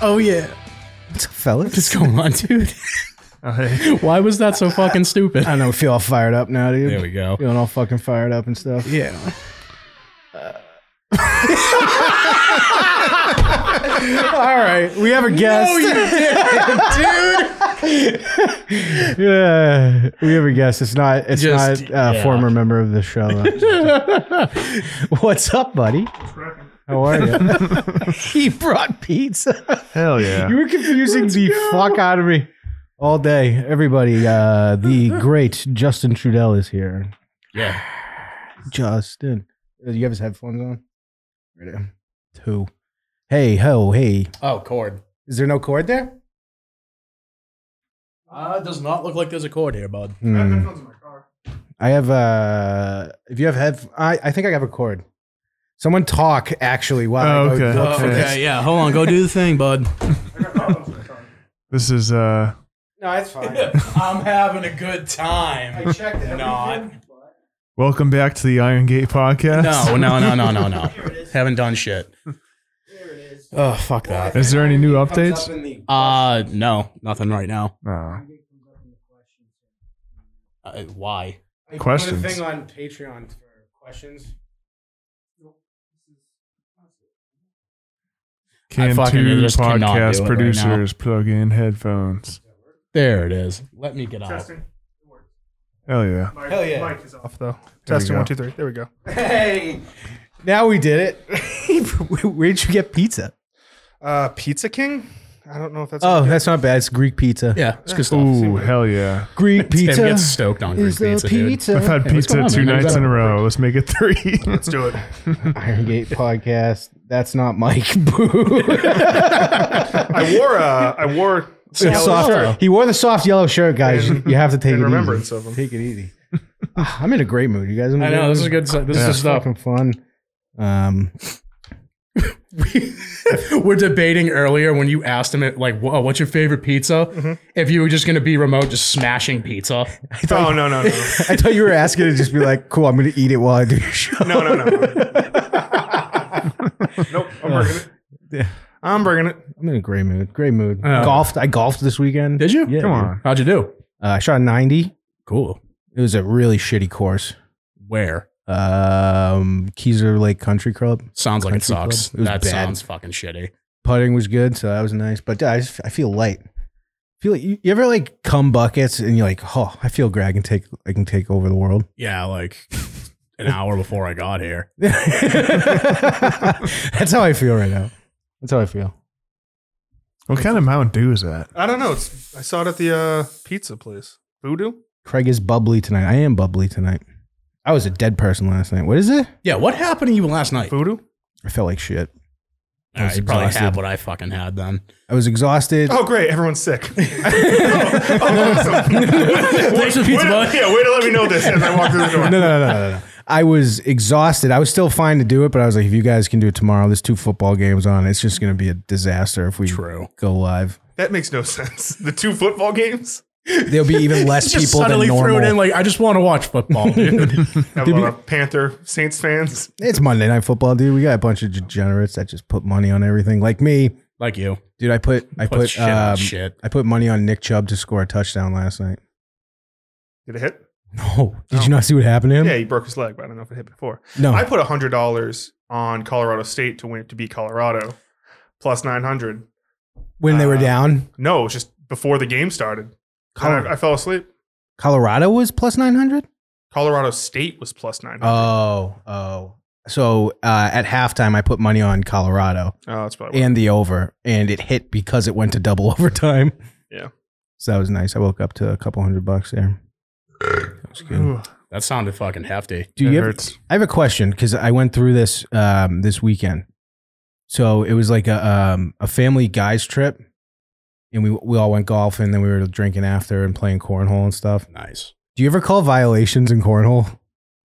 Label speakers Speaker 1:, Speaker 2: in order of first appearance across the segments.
Speaker 1: Oh yeah.
Speaker 2: What's up, fellas?
Speaker 1: What's going on, dude? Why was that so fucking stupid?
Speaker 2: I know. I feel all fired up now, dude.
Speaker 1: There we go.
Speaker 2: Feeling all fucking fired up and stuff.
Speaker 1: Yeah.
Speaker 2: all right, we have a guest. yeah, we have a guest. It's not. It's
Speaker 1: Just-
Speaker 2: not a
Speaker 1: yeah.
Speaker 2: former member of the show. Though. What's up, buddy? How are you? he brought pizza.
Speaker 3: Hell yeah.
Speaker 2: You were confusing the fuck out of me all day. Everybody, uh, the great Justin Trudell is here.
Speaker 1: Yeah.
Speaker 2: Justin, Uh, you have his headphones on. Right there. Two. Hey ho hey.
Speaker 1: Oh, cord.
Speaker 2: Is there no cord there?
Speaker 1: Uh, it does not look like there's a cord here, bud.
Speaker 2: Hmm. I have uh if you have head I, I think I have a cord. Someone talk actually while
Speaker 3: Oh,
Speaker 2: I go
Speaker 3: okay.
Speaker 1: Uh,
Speaker 2: look for
Speaker 3: Okay.
Speaker 2: this.
Speaker 1: yeah. Hold on. Go do the thing, bud.
Speaker 3: This is uh
Speaker 2: No, it's fine.
Speaker 1: I'm having a good time.
Speaker 2: checked everything.
Speaker 1: Not.
Speaker 3: welcome back to the Iron Gate podcast.
Speaker 1: No, no, no, no, no, no. Haven't done shit. Oh, fuck that.
Speaker 3: Is there any new
Speaker 2: Comes up
Speaker 3: updates?
Speaker 2: in the-
Speaker 1: Uh, no, nothing right now.
Speaker 3: No.
Speaker 1: Uh, why?
Speaker 2: I put a
Speaker 3: Questions.
Speaker 2: thing on Patreon for questions.
Speaker 3: Can
Speaker 1: fucking
Speaker 3: two
Speaker 1: just cannot do it right
Speaker 3: podcast
Speaker 1: now.
Speaker 3: producers plug in headphones?
Speaker 1: There it is. Let me get out.
Speaker 3: Hell yeah.
Speaker 2: Hell yeah.
Speaker 4: is off though.
Speaker 3: There we
Speaker 4: Testing
Speaker 3: go.
Speaker 4: one, two, three. There we go.
Speaker 2: Hey, now we did it. Where'd you get pizza?
Speaker 4: Uh, Pizza King. I don't know if that's.
Speaker 2: Oh, that's not bad. It's Greek pizza.
Speaker 1: Yeah, it's good stuff.
Speaker 3: Ooh, hell yeah.
Speaker 2: Greek
Speaker 1: Tim
Speaker 2: pizza
Speaker 1: gets stoked on Greek
Speaker 2: is
Speaker 1: pizza,
Speaker 2: the
Speaker 1: dude.
Speaker 2: pizza.
Speaker 3: I've had
Speaker 1: what's
Speaker 3: pizza
Speaker 1: going on,
Speaker 3: two
Speaker 1: man?
Speaker 3: nights
Speaker 1: How's
Speaker 3: in a
Speaker 1: that
Speaker 3: row. Let's make it three.
Speaker 4: Let's do it.
Speaker 2: Iron Gate podcast. That's not Mike. Boo.
Speaker 4: I wore a. I wore
Speaker 2: The soft-
Speaker 4: shirt
Speaker 2: He wore the soft yellow shirt, guys. You- you have to take
Speaker 4: in
Speaker 2: it
Speaker 4: remembrance
Speaker 2: easy.
Speaker 4: of him.
Speaker 2: Take it easy. Ah, I'm in a great mood. You guys.
Speaker 1: I know this is good. This
Speaker 3: Yeah.
Speaker 1: is stuff.
Speaker 2: Fucking fun. Um,
Speaker 1: We're debating earlier when you asked him, like, "Wha- what's your favorite pizza? If you were just going to be remote, just smashing pizza.
Speaker 4: Oh no no no
Speaker 2: I thought you were asking to just be like, "Cool, I'm going to eat it while I do your show."
Speaker 4: no no no. nope. I'm bringing it.
Speaker 2: Yeah.
Speaker 4: I'm bringing it.
Speaker 2: I'm in a great mood. Great mood.
Speaker 1: Oh.
Speaker 2: Golfed. I golfed this weekend.
Speaker 1: Did you?
Speaker 2: Yeah,
Speaker 3: Come
Speaker 2: dude.
Speaker 3: on.
Speaker 1: How'd you do?
Speaker 2: Uh, I shot a 90.
Speaker 1: Cool.
Speaker 2: It was a really shitty course.
Speaker 1: Where?
Speaker 2: Um, Keyser Lake Country Club.
Speaker 1: Sounds like it
Speaker 2: Country
Speaker 1: sucks.
Speaker 2: club. It was
Speaker 1: That
Speaker 2: bad.
Speaker 1: sounds fucking shitty.
Speaker 2: Putting was good, so that was nice. But yeah, I just I feel light. Feel like you, you ever like cum buckets and you're like, oh, I feel great. I can take I can take over the world.
Speaker 1: Yeah, like an hour before I got here.
Speaker 2: That's how I feel right now. That's how I feel.
Speaker 3: What kind of Mountain Dew is that?
Speaker 4: I don't know. It's, I saw it at the uh, pizza place. Voodoo.
Speaker 2: Craig is bubbly tonight. I am bubbly tonight. I was a dead person last night. What is it?
Speaker 1: Yeah, what happened to you last night?
Speaker 4: Voodoo.
Speaker 2: I felt like shit. I
Speaker 1: All
Speaker 2: was
Speaker 1: right, you probably
Speaker 2: exhausted.
Speaker 1: had what I fucking had then.
Speaker 2: I was exhausted.
Speaker 4: Oh great! Everyone's sick.
Speaker 1: Thanks for the pizza, bud.
Speaker 4: yeah, wait to let me know this as I walk through the door.
Speaker 2: no, no, no, no, no. I was exhausted. I was still fine to do it, but I was like, if you guys can do it tomorrow, there's two football games on. It's just going to be a disaster if we
Speaker 1: True.
Speaker 2: go live.
Speaker 4: That makes no sense. The two football games.
Speaker 2: There'll be even less
Speaker 1: Just
Speaker 2: people than
Speaker 1: suddenly
Speaker 2: normal.
Speaker 1: threw it in like I just want to watch football, dude.
Speaker 4: Have a lot of Panther Saints fans.
Speaker 2: it's Monday Night Football, dude. We got a bunch of degenerates that just put money on everything. Like me,
Speaker 1: like you.
Speaker 2: dude. I put I
Speaker 1: Put
Speaker 2: put
Speaker 1: shit on
Speaker 2: um,
Speaker 1: shit.
Speaker 2: I put money on Nick Chubb to score a touchdown last night.
Speaker 4: Did it hit?
Speaker 2: No, did you not see what happened to him?
Speaker 4: Yeah, he broke his leg, but I don't know if it hit before.
Speaker 2: No,
Speaker 4: I put hundred dollars on Colorado State to win to beat Colorado, plus nine hundred.
Speaker 2: when they were
Speaker 4: uh,
Speaker 2: down,
Speaker 4: No, it was just before the game started. And I, I fell asleep.
Speaker 2: Colorado was plus nine hundred.
Speaker 4: Colorado State was plus nine hundred.
Speaker 2: Oh, oh. So uh, at halftime, I put money on Colorado.
Speaker 4: oh, that's probably.
Speaker 2: and the over, and it hit because it went to double overtime.
Speaker 4: Yeah.
Speaker 2: So that was nice. I woke up to a couple hundred bucks there. That was good.
Speaker 3: Ooh,
Speaker 1: That sounded fucking hefty.
Speaker 2: Do
Speaker 3: that
Speaker 2: you have,
Speaker 3: hurts.
Speaker 2: I have a question because I went through this um, this weekend. So it was like a um, a family guys trip, and we we all went golfing, and then we were drinking after and playing cornhole and stuff.
Speaker 1: Nice.
Speaker 2: Do you ever call violations in cornhole?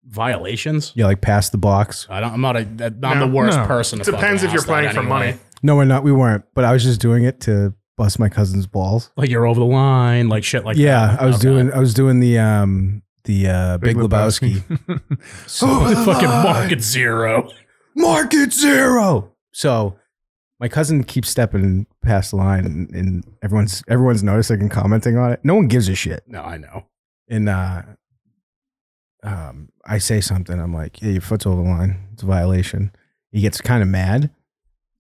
Speaker 1: Violations?
Speaker 2: Yeah, like past the box.
Speaker 1: I don't, I'm not a. that- I'm
Speaker 4: No,
Speaker 1: the worst
Speaker 3: no.
Speaker 1: person. To
Speaker 4: Depends
Speaker 1: fucking
Speaker 4: if you're
Speaker 1: ask that
Speaker 4: playing for
Speaker 1: anyway.
Speaker 4: money.
Speaker 2: No, we're not. We weren't. But I was just doing it to bust my cousin's balls.
Speaker 1: Like you're over the line, like shit, like
Speaker 2: yeah,
Speaker 1: that.
Speaker 2: I was
Speaker 1: Okay.
Speaker 2: doing I was doing the um the uh, Big, Lebowski.
Speaker 1: fucking market zero.
Speaker 2: Market zero. So My cousin keeps stepping past the line, and, and everyone's everyone's noticing and commenting on it. No one gives a shit.
Speaker 1: No, I know.
Speaker 2: And uh, um, I say something. I'm like, "Yeah, your foot's over the line. It's a violation." He gets kind of mad,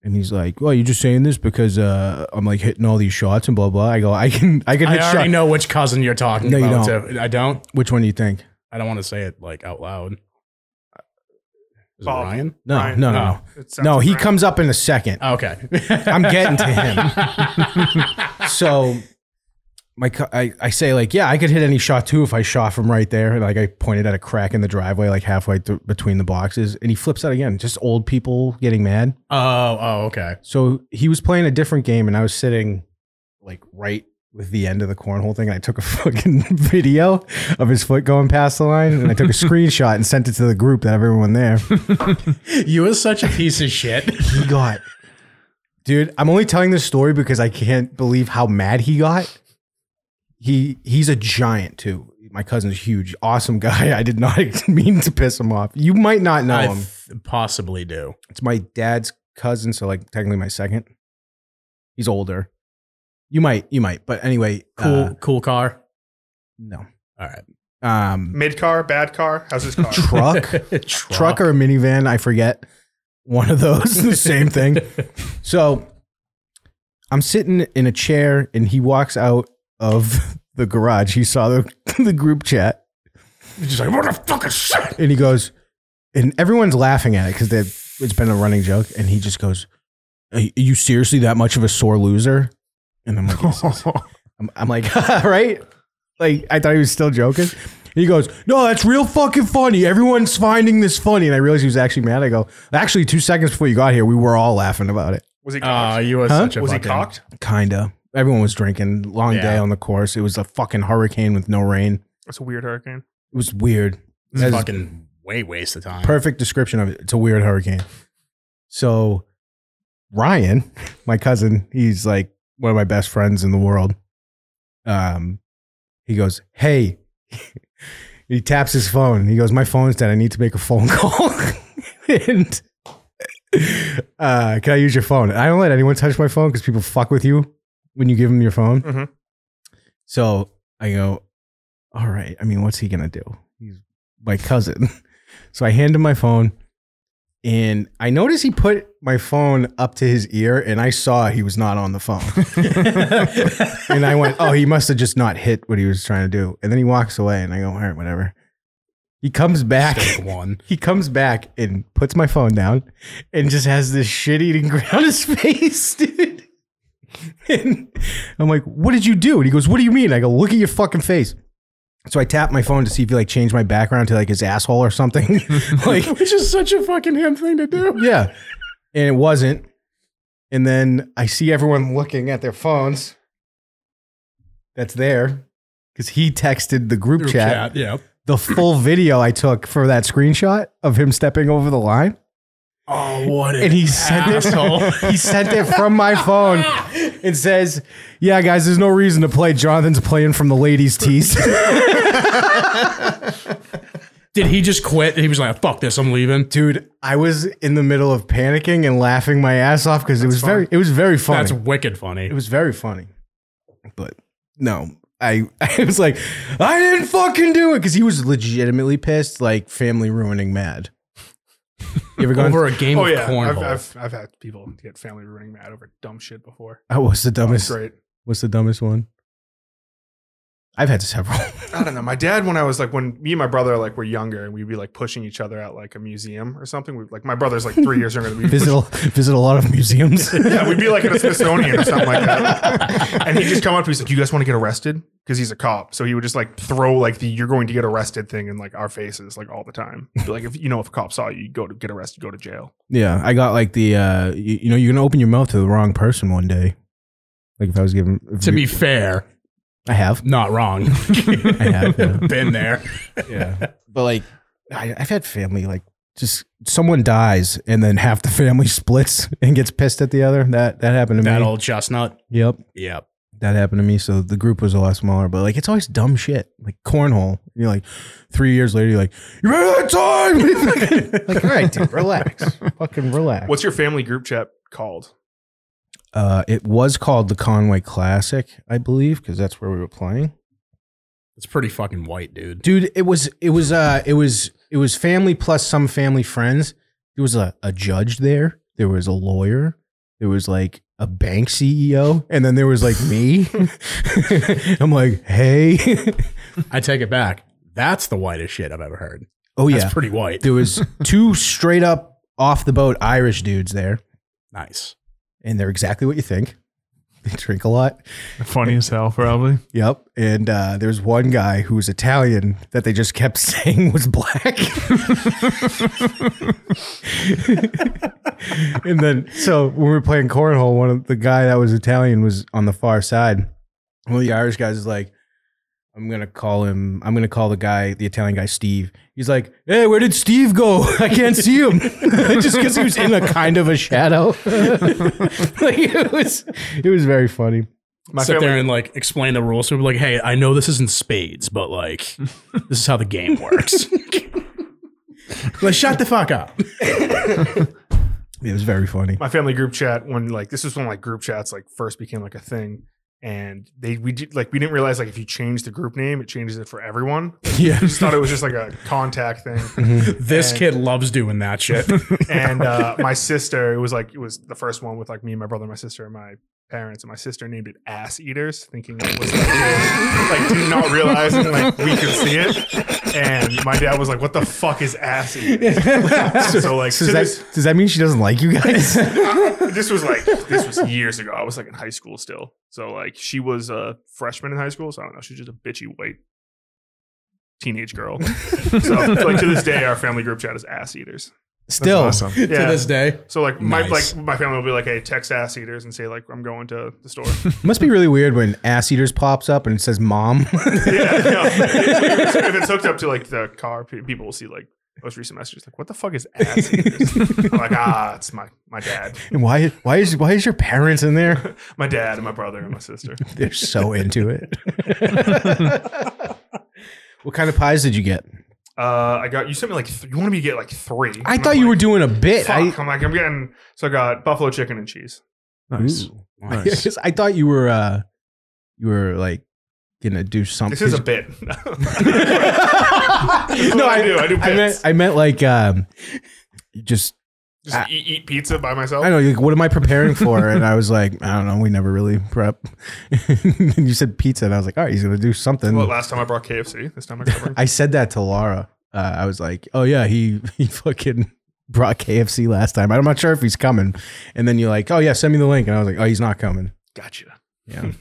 Speaker 2: and he's like, "Well, you're just saying this because uh, I'm like hitting all these shots and blah blah." I go, "I can, I can
Speaker 1: I
Speaker 2: hit
Speaker 1: already
Speaker 2: shots."
Speaker 1: know which cousin you're talking
Speaker 2: No, you
Speaker 1: about. too. I don't.
Speaker 2: Which one do you think?
Speaker 1: I don't want to say it like out loud. Is it
Speaker 4: Bob.
Speaker 1: Ryan?
Speaker 2: No,
Speaker 4: Ryan.
Speaker 2: no, no,
Speaker 1: No.
Speaker 2: no. No, he comes up in a second.
Speaker 1: Oh, okay.
Speaker 2: I'm getting to him. so my co- I, I say like, yeah, I could hit any shot too if I shot from right there. And like I pointed at a crack in the driveway, like halfway through between the boxes, and he flips out again. Just old people getting mad.
Speaker 1: oh, oh, okay.
Speaker 2: So he was playing a different game, and I was sitting like right with the end of the cornhole thing. And I took a fucking video of his foot going past the line, and I took a screenshot and sent it to the group that everyone there.
Speaker 1: You are such a piece of shit.
Speaker 2: he got. Dude, I'm only telling this story because I can't believe how mad he got. He he's a giant too. My cousin's huge, awesome guy. I did not mean to piss him off. You might not know
Speaker 1: I
Speaker 2: him.
Speaker 1: th- possibly do.
Speaker 2: It's my dad's cousin, so like technically my second. He's older. You might, you might, but anyway,
Speaker 1: Cool,
Speaker 2: uh,
Speaker 1: cool car.
Speaker 2: no,
Speaker 1: All right.
Speaker 2: um,
Speaker 4: Mid car, bad car. How's his car?
Speaker 2: truck,
Speaker 1: truck,
Speaker 2: truck or a minivan, I forget. One of those, the same thing. So I'm sitting in a chair and he walks out of the garage. He saw the, the group chat
Speaker 1: Just like what the fuck is shit.
Speaker 2: and he goes, and everyone's laughing at it because it's been a running joke. And he just goes, Are you seriously that much of a sore loser? And I'm like, "Yes." I'm, I'm like, right? Like, I thought he was still joking. He goes, no, that's real fucking funny. Everyone's finding this funny. And I realized he was actually mad. I go, actually, two seconds before you got here, we were all laughing about it.
Speaker 4: Was he
Speaker 1: Ah,
Speaker 4: cocked?
Speaker 1: you are
Speaker 2: Huh?
Speaker 1: such a
Speaker 4: was he
Speaker 1: fucking-
Speaker 4: cocked?
Speaker 2: Kinda. Everyone was drinking. Long
Speaker 1: Yeah.
Speaker 2: day on the course. It was a fucking hurricane with no rain.
Speaker 4: That's a weird hurricane.
Speaker 2: It was weird.
Speaker 1: It's
Speaker 2: That is
Speaker 1: fucking way waste of time.
Speaker 2: perfect description of it. It's a weird hurricane. So Ryan, my cousin, he's like one of my best friends in the world. Um, he goes, "Hey," he taps his phone. He goes, "My phone's dead. I need to make a phone call." and uh, can I use your phone? I don't let anyone touch my phone because people fuck with you when you give them your phone.
Speaker 4: Mhm.
Speaker 2: So I go, "All right. I mean, what's he gonna do? He's my cousin." So I hand him my phone, and I noticed he put my phone up to his ear, and I saw he was not on the phone. and I went, "Oh, he must have just not hit what he was trying to do." And then he walks away, and I go, "All right, whatever." He comes back.
Speaker 1: Mistake one.
Speaker 2: He comes back and puts my phone down, and just has this shit-eating grin on his face, dude. And I'm like, "What did you do?" And he goes, "What do you mean?" I go, "Look at your fucking face." So I tap my phone to see if he like changed my background to like his asshole or something. like
Speaker 1: Which is such a fucking him thing to do.
Speaker 2: yeah. And it wasn't. And then I see everyone looking at their phones. That's there. Because he texted the group, chat,
Speaker 1: Yeah.
Speaker 2: the full video I took for that screenshot of him stepping over the line.
Speaker 1: Oh, what
Speaker 2: And he sent it.
Speaker 1: asshole.
Speaker 2: He sent it from my phone and says, Yeah, guys, there's no reason to play. Jonathan's playing from the ladies' tees.
Speaker 1: Did he just quit? He was like, "Fuck this, I'm leaving."
Speaker 2: Dude, I was in the middle of panicking and laughing my ass off because it was very it was very funny.
Speaker 1: That's wicked funny.
Speaker 2: It was very funny. But no, I I was like, I didn't fucking do it because he was legitimately pissed, like family ruining mad. You ever gone?
Speaker 1: Over a game
Speaker 4: Oh
Speaker 1: of
Speaker 4: yeah, I've,
Speaker 1: cornhole.
Speaker 4: I've, I've had people get family ruining mad over dumb shit before.
Speaker 2: oh, what's the
Speaker 4: That's
Speaker 2: dumbest?
Speaker 4: great.
Speaker 2: What's the dumbest one? I've had several.
Speaker 4: I don't know. My dad, when I was like, when me and my brother like were younger, and we'd be like pushing each other at like a museum or something. We, like my brother's like three years younger than me.
Speaker 2: visit a- visit a lot of museums.
Speaker 4: yeah, we'd be like at a Smithsonian or something like that. And he'd just come up to me he's like, "You guys want to get arrested?" Because he's a cop, so he would just like throw like the "you're going to get arrested" thing in like our faces like all the time. He'd be like if you know if a cop saw you, you go to get arrested, go to jail.
Speaker 2: yeah, I got like the uh, you, you know you're gonna open your mouth to the wrong person one day. Like if I was given if
Speaker 1: to
Speaker 2: you-
Speaker 1: be fair,
Speaker 2: I have
Speaker 1: not wrong.
Speaker 2: I have yeah.
Speaker 1: Been there.
Speaker 2: yeah. But like, I, I've had family like just someone dies and then half the family splits and gets pissed at the other. That that happened to
Speaker 1: That
Speaker 2: me.
Speaker 1: old chestnut.
Speaker 2: yep,
Speaker 1: Yep.
Speaker 2: that happened to me. So the group was a lot smaller. But like, it's always dumb shit, like cornhole. You're like, three years later, you're like, you remember that time? like, all right, dude, relax, fucking relax.
Speaker 4: What's your family group chat called?
Speaker 2: Uh, it was called the Conway Classic, I believe, because that's where we were playing.
Speaker 1: It's pretty fucking white, dude.
Speaker 2: Dude, it was it was uh it was it was family plus some family friends. There was a, a judge there, there was a lawyer, there was like a bank CEO, and then there was like me. I'm like, hey.
Speaker 1: I take it back. That's the whitest shit I've ever heard.
Speaker 2: Oh
Speaker 1: That's
Speaker 2: yeah.
Speaker 1: pretty white.
Speaker 2: there was two straight up off the boat Irish dudes there,
Speaker 1: Nice.
Speaker 2: and they're exactly what you think. They drink a lot.
Speaker 3: Funny as hell, probably.
Speaker 2: Yep. And uh, there's one guy who was Italian that they just kept saying was black. and then, so when we were playing cornhole, one of the guy that was Italian was on the far side. One of the Irish guys is like, I'm gonna call him. I'm gonna call the guy, the Italian guy, Steve. He's like, "Hey, where did Steve go? I can't see him, just because he was in a kind of a shadow." like it was, it was very funny.
Speaker 4: My
Speaker 1: Sit
Speaker 4: family,
Speaker 1: there and like explain the rules. So we're like, hey, I know this isn't spades, but like, this is how the game works. like, shut the fuck up.
Speaker 2: It was very funny.
Speaker 4: my family group chat when like this was when like group chats like first became like a thing, and they we did like we didn't realize like if you change the group name, it changes it for everyone.
Speaker 2: Yeah.
Speaker 4: We just thought it was just like a contact
Speaker 3: Oh
Speaker 4: thing.
Speaker 1: This
Speaker 4: And-
Speaker 1: kid loves doing that shit.
Speaker 4: And uh, my sister, it was like it was the first one with like me and my brother, my sister, and my parents, and my sister named it Ass Eaters, thinking it was like, like did not realizing like we could see it. And my dad was like, "What the fuck is Ass Eaters?" so like
Speaker 2: So
Speaker 4: to
Speaker 2: does,
Speaker 4: this,
Speaker 2: that, does that mean she doesn't like you guys?
Speaker 4: this was like this was years ago. I was like in high school still. So like she was a freshman in high school. So I don't know. She's just a bitchy white teenage girl. so like to this day, our family group chat is ass eaters.
Speaker 2: Still,
Speaker 3: That's awesome.
Speaker 1: To this day,
Speaker 4: So like my
Speaker 1: Nice.
Speaker 4: like my family will be like, hey, text ass eaters and say like I'm going to the store.
Speaker 2: must be really weird when ass eaters pops up and it says mom.
Speaker 4: yeah. No. If, it's, if it's hooked up to like the car, pe- people will see like most recent messages like, what the fuck is ass eaters? I'm like ah, it's my my dad,
Speaker 2: and why? Why is why is your parents in there?
Speaker 4: my dad and my brother and my sister.
Speaker 2: They're so into it. what kind of pies did you get?
Speaker 4: Uh, I got you sent me like th- you wanted me to get like three.
Speaker 2: I
Speaker 4: And
Speaker 2: thought
Speaker 4: I'm
Speaker 2: you
Speaker 4: like,
Speaker 2: were doing a bit. I,
Speaker 4: Fuck, I, am like, I'm getting. So I got buffalo chicken and cheese.
Speaker 3: Nice.
Speaker 2: Ooh.
Speaker 3: Nice.
Speaker 2: I thought you were uh, you were like gonna do something.
Speaker 4: This is a bit.
Speaker 2: no,
Speaker 4: I do. I do
Speaker 2: I meant
Speaker 4: bits.
Speaker 2: I meant like um, just
Speaker 4: Just
Speaker 2: I-
Speaker 4: eat, eat pizza by myself.
Speaker 2: I know. Like, what am I preparing for? And I was like, I don't know. We never really prep. and you said pizza, and I was like, all right, he's gonna do something.
Speaker 4: Well, last time I brought KFC. This time I got. bring-
Speaker 2: I said that to Laura. Uh, I was like, oh yeah, he he fucking brought KFC last time. I'm not sure if he's coming. And then you're like, oh yeah, send me the link. And I was like, oh, he's not coming.
Speaker 4: gotcha.
Speaker 2: Yeah.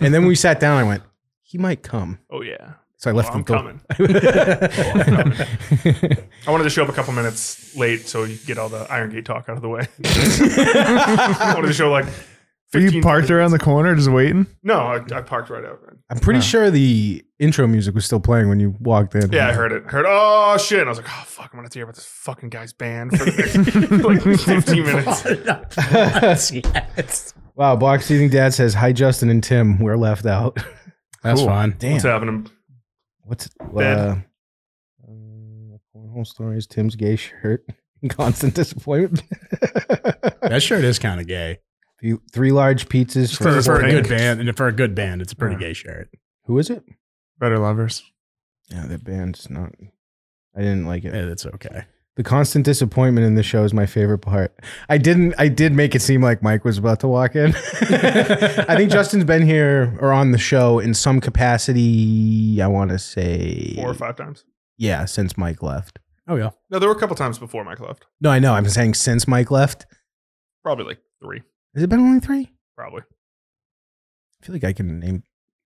Speaker 2: and then we sat down. I went, he might come.
Speaker 4: oh yeah.
Speaker 2: So I left
Speaker 4: Well, I'm
Speaker 2: the door.
Speaker 4: coming. Oh, I wanted to show up a couple minutes late so you could get all the Iron Gate talk out of the way. I wanted to show like.
Speaker 3: Were you
Speaker 4: 15
Speaker 3: parked around the corner just waiting?
Speaker 4: No, I, I parked right out.
Speaker 2: I'm pretty sure the intro music was still playing when you walked in.
Speaker 4: Yeah, I heard it. I heard oh shit. And I was like, oh fuck, I'm gonna have to hear about this fucking guy's band for the next, like 15 minutes.
Speaker 2: Wow, box seating dad says, Hi Justin and Tim, we're left out.
Speaker 1: that's
Speaker 3: Cool.
Speaker 1: fine.
Speaker 2: Damn.
Speaker 4: What's happening?
Speaker 2: What's
Speaker 4: Bed.
Speaker 2: uh, um, cornhole stories? Tim's gay shirt. Constant disappointment.
Speaker 1: That shirt is kind of gay
Speaker 2: Three- Three large pizzas.
Speaker 3: For-
Speaker 1: for,
Speaker 2: For,
Speaker 3: It's
Speaker 1: a
Speaker 3: pink.
Speaker 1: good band, and for a good band, it's a pretty
Speaker 3: Yeah.
Speaker 1: gay shirt.
Speaker 2: who is it?
Speaker 3: Better lovers.
Speaker 2: Yeah, that band's not. I didn't like it.
Speaker 1: Yeah, that's okay.
Speaker 2: The constant disappointment in the show is my favorite part. I didn't. I did make it seem like Mike was about to walk in. I think Justin's been here or on the show in some capacity. I want to say
Speaker 4: Four or five times.
Speaker 2: Yeah, since Mike left.
Speaker 1: Oh yeah,
Speaker 4: No, there were a couple times before Mike left.
Speaker 2: No, I know. I'm saying since Mike left.
Speaker 4: Probably like three.
Speaker 2: Has it been only three?
Speaker 4: Probably.
Speaker 2: I feel like I can name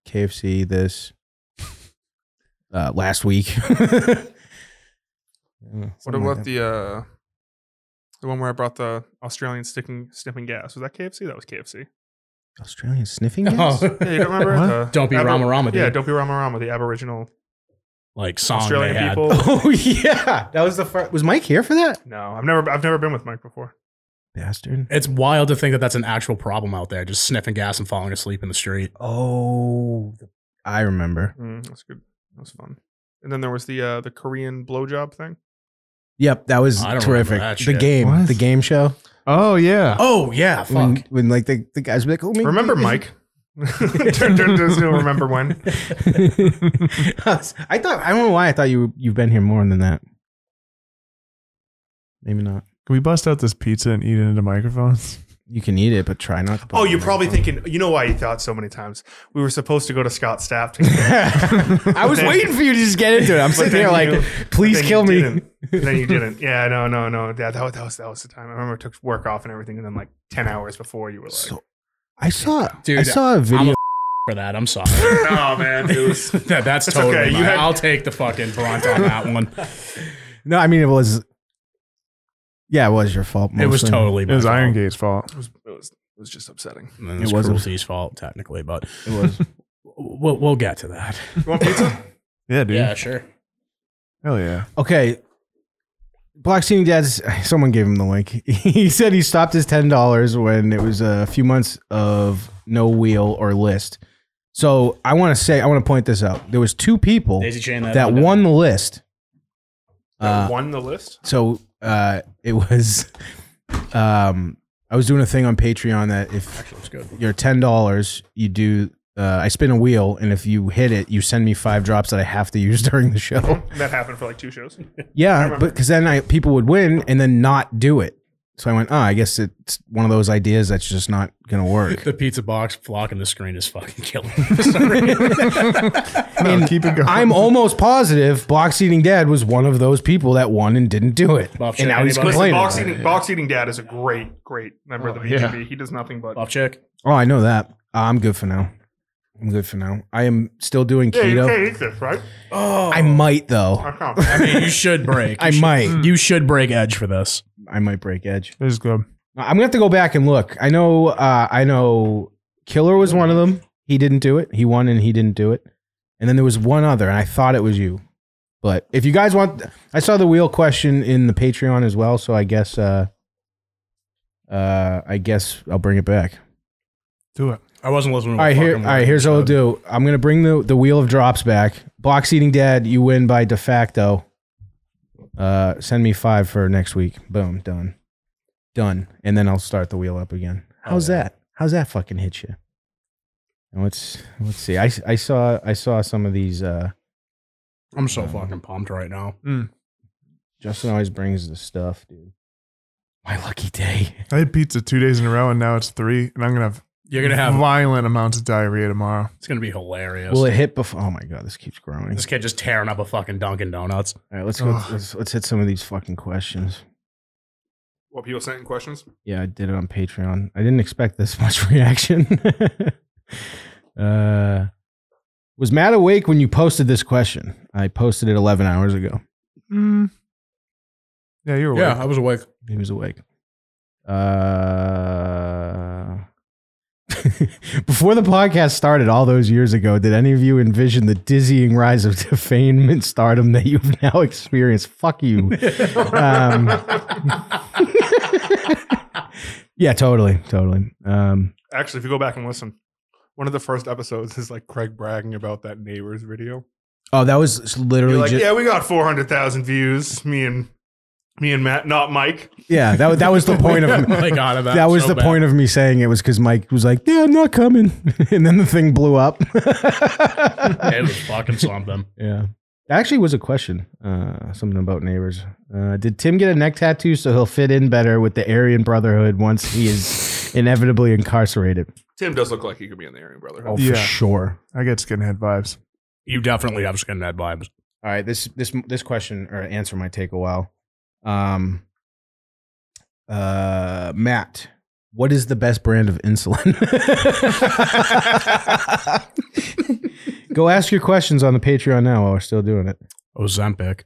Speaker 2: KFC this uh, last week.
Speaker 4: What about the uh the one where I brought the Australian sticking sniffing gas? Was that KFC? That was KFC.
Speaker 2: Australian
Speaker 1: Oh.
Speaker 2: sniffing gas?
Speaker 4: Yeah, you don't remember?
Speaker 3: What?
Speaker 4: The
Speaker 1: Don't be
Speaker 4: Abor-
Speaker 1: Rama Rama, dude.
Speaker 4: Yeah, don't be Rama Rama, the Aboriginal
Speaker 1: like song they
Speaker 4: Australian
Speaker 1: had.
Speaker 4: people.
Speaker 2: Oh yeah, that was the first. Was Mike here for that?
Speaker 4: No, I've never I've never been with Mike before.
Speaker 2: Bastard.
Speaker 1: It's wild to think that that's an actual problem out there, just sniffing gas and falling asleep in the street.
Speaker 2: Oh, the- I remember.
Speaker 4: Mm, that's good. That was fun. And then there was the uh the Korean blowjob thing.
Speaker 2: Yep, that was
Speaker 1: I don't remember
Speaker 2: terrific.
Speaker 1: that
Speaker 2: the
Speaker 1: shit.
Speaker 2: game,
Speaker 3: What?
Speaker 2: the game show.
Speaker 3: Oh yeah.
Speaker 1: Oh yeah, fuck.
Speaker 2: When, when like the, the guys were like, oh, maybe-
Speaker 4: Remember Mike? Turn- turn to us, he'll remember when.
Speaker 2: I thought I don't know why I thought you you've been here more than that. Maybe not.
Speaker 3: Can we bust out this pizza and eat it into microphones?
Speaker 2: You can eat it, but try not. to put
Speaker 4: Oh,
Speaker 2: it
Speaker 4: you're
Speaker 2: on
Speaker 4: probably
Speaker 2: your
Speaker 4: thinking, you know why you thought so many times. We were supposed to go to Scott Staff together.
Speaker 2: phone. I was
Speaker 4: Then-
Speaker 2: waiting for you to just get into it. I'm sitting
Speaker 4: then
Speaker 2: here like,
Speaker 4: you-
Speaker 2: please
Speaker 4: Then you
Speaker 2: kill me.
Speaker 4: didn't. Then you didn't. Yeah, no, no, no. Yeah, that, was- that was that was the time. I remember it took work off and everything, and then like ten hours before you were like,
Speaker 2: So, I saw,
Speaker 1: Dude,
Speaker 2: I saw a
Speaker 1: I'm
Speaker 2: video.
Speaker 1: a for that. I'm sorry.
Speaker 4: "Oh man, it was."
Speaker 1: that, that's
Speaker 4: It's
Speaker 1: totally.
Speaker 4: okay, you
Speaker 1: mine.
Speaker 4: had-
Speaker 1: I'll take the fucking brunt on that one.
Speaker 2: no, I mean it was. Yeah, it was your fault.
Speaker 1: It was
Speaker 2: mostly.
Speaker 1: totally.
Speaker 3: It was
Speaker 1: my
Speaker 3: Iron
Speaker 1: fault.
Speaker 3: Gate's fault.
Speaker 4: It was, it was it was just upsetting.
Speaker 1: And It
Speaker 2: It
Speaker 1: was
Speaker 2: wasn't.
Speaker 1: cruelty's fault technically, but
Speaker 2: It was.
Speaker 1: we'll we'll get to that.
Speaker 4: You want
Speaker 2: Uh,
Speaker 4: pizza?
Speaker 3: Yeah, dude.
Speaker 1: sure.
Speaker 3: Hell yeah.
Speaker 2: Okay. Black Senior Dad's, someone gave him the link. He said he stopped his $10 when it was a few months of no wheel or list. So I want to say, I want to point this out. There was two people
Speaker 1: Daisy chain that,
Speaker 2: that won the list.
Speaker 4: That
Speaker 2: Uh,
Speaker 4: won the list.
Speaker 2: so uh, it was, um, I was doing a thing on Patreon that if
Speaker 1: Actually, looks good.
Speaker 2: you're $10, you do, uh, I spin a wheel, and if you hit it, you send me five drops that I have to use during the show.
Speaker 4: That happened for like two shows.
Speaker 2: Yeah,
Speaker 4: remember.
Speaker 2: but because then I people would win and then not do it. So I went, oh, I guess it's one of those ideas that's just not gonna work.
Speaker 1: The pizza box flocking the screen is fucking killing.
Speaker 3: I
Speaker 2: mean,
Speaker 3: keep it going.
Speaker 2: I'm almost positive Box Eating Dad was one of those people that won and didn't do it,
Speaker 1: Buff
Speaker 2: and
Speaker 1: shit,
Speaker 2: now he's
Speaker 1: anybody?
Speaker 2: complaining.
Speaker 4: box
Speaker 2: about it.
Speaker 4: eating, box eating dad is a great, great member of the
Speaker 3: yeah.
Speaker 4: BGB. He does nothing but
Speaker 1: Off check.
Speaker 2: Oh, I know that. I'm good for now. I'm good for now. I am still doing
Speaker 4: yeah, you
Speaker 2: keto.
Speaker 4: can't Oh, eat this, right?
Speaker 1: Oh,
Speaker 2: I might though.
Speaker 4: I can't.
Speaker 1: I mean, you should break. You
Speaker 2: I
Speaker 1: should-
Speaker 2: might.
Speaker 1: You should break edge for this.
Speaker 2: I might break edge.
Speaker 3: This is good.
Speaker 2: I'm gonna have to go back and look. I know. Uh, I know. Killer was one of them. He didn't do it. He won and he didn't do it. And then there was one other, and I thought it was you. But if you guys want, I saw the wheel question in the Patreon as well. So I guess. Uh, uh, I guess I'll bring it back.
Speaker 3: Do it.
Speaker 1: I wasn't listening.
Speaker 2: All right, here. All right, here's what we'll do. I'm gonna bring the the wheel of drops back. Box eating dad, you win by de facto. Uh, send me five for next week. Boom, done, done, and then I'll start the wheel up again. How's
Speaker 1: yeah.
Speaker 2: that? How's that fucking hit you? And let's let's see. I, I saw I saw some of these. Uh,
Speaker 1: I'm so fucking pumped right now.
Speaker 2: Justin always brings the stuff, dude. My lucky day.
Speaker 3: I had pizza two days in a row and now it's three, and I'm gonna have
Speaker 1: You're gonna have.
Speaker 3: violent amounts of diarrhea tomorrow.
Speaker 1: It's gonna be hilarious.
Speaker 2: Will it hit before? Oh my god, this keeps growing.
Speaker 1: this kid just tearing up a fucking Dunkin' Donuts.
Speaker 2: All right, let's go.
Speaker 3: Ugh.
Speaker 2: Let's, let's hit some of these fucking questions.
Speaker 4: What people sent in questions?
Speaker 2: Yeah, I did it on Patreon. I didn't expect this much reaction. uh, was Matt awake when you posted this question? I posted it 11 hours ago.
Speaker 3: Mm. Yeah, you're awake.
Speaker 1: I was awake.
Speaker 2: He was awake. Uh, before the podcast started all those years ago, did any of you envision the dizzying rise of fame and stardom that you've now experienced? Fuck you. um, yeah, totally, totally. Um,
Speaker 4: Actually, if you go back and listen, one of the first episodes is like Craig bragging about that neighbors video.
Speaker 2: oh, that was literally
Speaker 4: You're like,
Speaker 2: ju-
Speaker 4: yeah, we got four hundred thousand views. Me and me and Matt, not Mike.
Speaker 2: Yeah, that, wa- that was the point of
Speaker 1: Oh my god, that,
Speaker 2: that was
Speaker 1: so
Speaker 2: the
Speaker 1: bad.
Speaker 2: point of me saying it was because Mike was like, "Yeah, I'm not coming," and then the thing blew up.
Speaker 1: It was fucking something.
Speaker 2: yeah, that actually was a question, uh, something about neighbors. Uh, did Tim get a neck tattoo so he'll fit in better with the Aryan Brotherhood once he is inevitably incarcerated?
Speaker 4: Tim does look like he could be in the Aryan Brotherhood.
Speaker 2: Oh,
Speaker 3: Yeah.
Speaker 2: for sure.
Speaker 3: I get skinhead vibes.
Speaker 1: You definitely have skinhead vibes.
Speaker 2: All right, this this this question or answer might take a while. Um, uh, Matt, what is the best brand of insulin? Go ask your questions on the Patreon now while we're still doing it.
Speaker 1: Ozempic.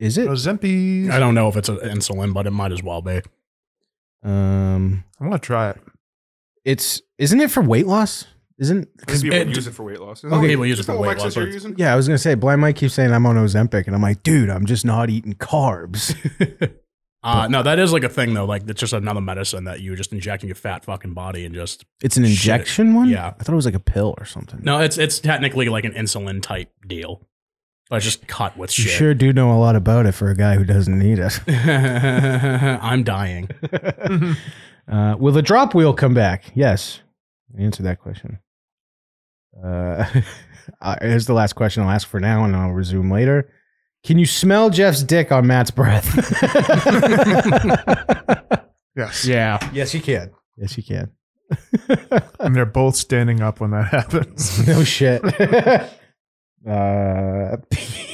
Speaker 2: Is it?
Speaker 3: Ozempies.
Speaker 1: I don't know if it's an insulin, but it might as well be.
Speaker 2: Um,
Speaker 3: I want to try it.
Speaker 2: it's isn't it for weight loss? Isn't?
Speaker 4: Maybe people
Speaker 1: it-
Speaker 4: use it for weight loss.
Speaker 1: Okay, people use it for weight loss,
Speaker 4: You're
Speaker 1: but-
Speaker 4: using?
Speaker 2: Yeah, I was gonna say. Blind Mike keeps saying I'm on Ozempic, and I'm like, dude, I'm just not eating carbs.
Speaker 1: Uh, no, that is like a thing though. Like it's just another medicine that you just inject in your fat fucking body and just.
Speaker 2: It's an
Speaker 1: Shit.
Speaker 2: injection one.
Speaker 1: Yeah.
Speaker 2: I thought it was like a pill or something.
Speaker 1: No, it's it's technically like an insulin type deal. I just cut with
Speaker 2: You
Speaker 1: shit.
Speaker 2: sure do know a lot about it for a guy who doesn't need it.
Speaker 1: I'm dying. Mm-hmm.
Speaker 2: Uh, will the drop wheel come back? Yes. Answer that question. Uh, uh, here's the last question I'll ask for now, and I'll resume later. Can you smell Jeff's dick on Matt's breath?
Speaker 3: Yes.
Speaker 2: yeah. Yes, you can. Yes, you can.
Speaker 3: And they're both standing up when that happens.
Speaker 2: no shit. uh,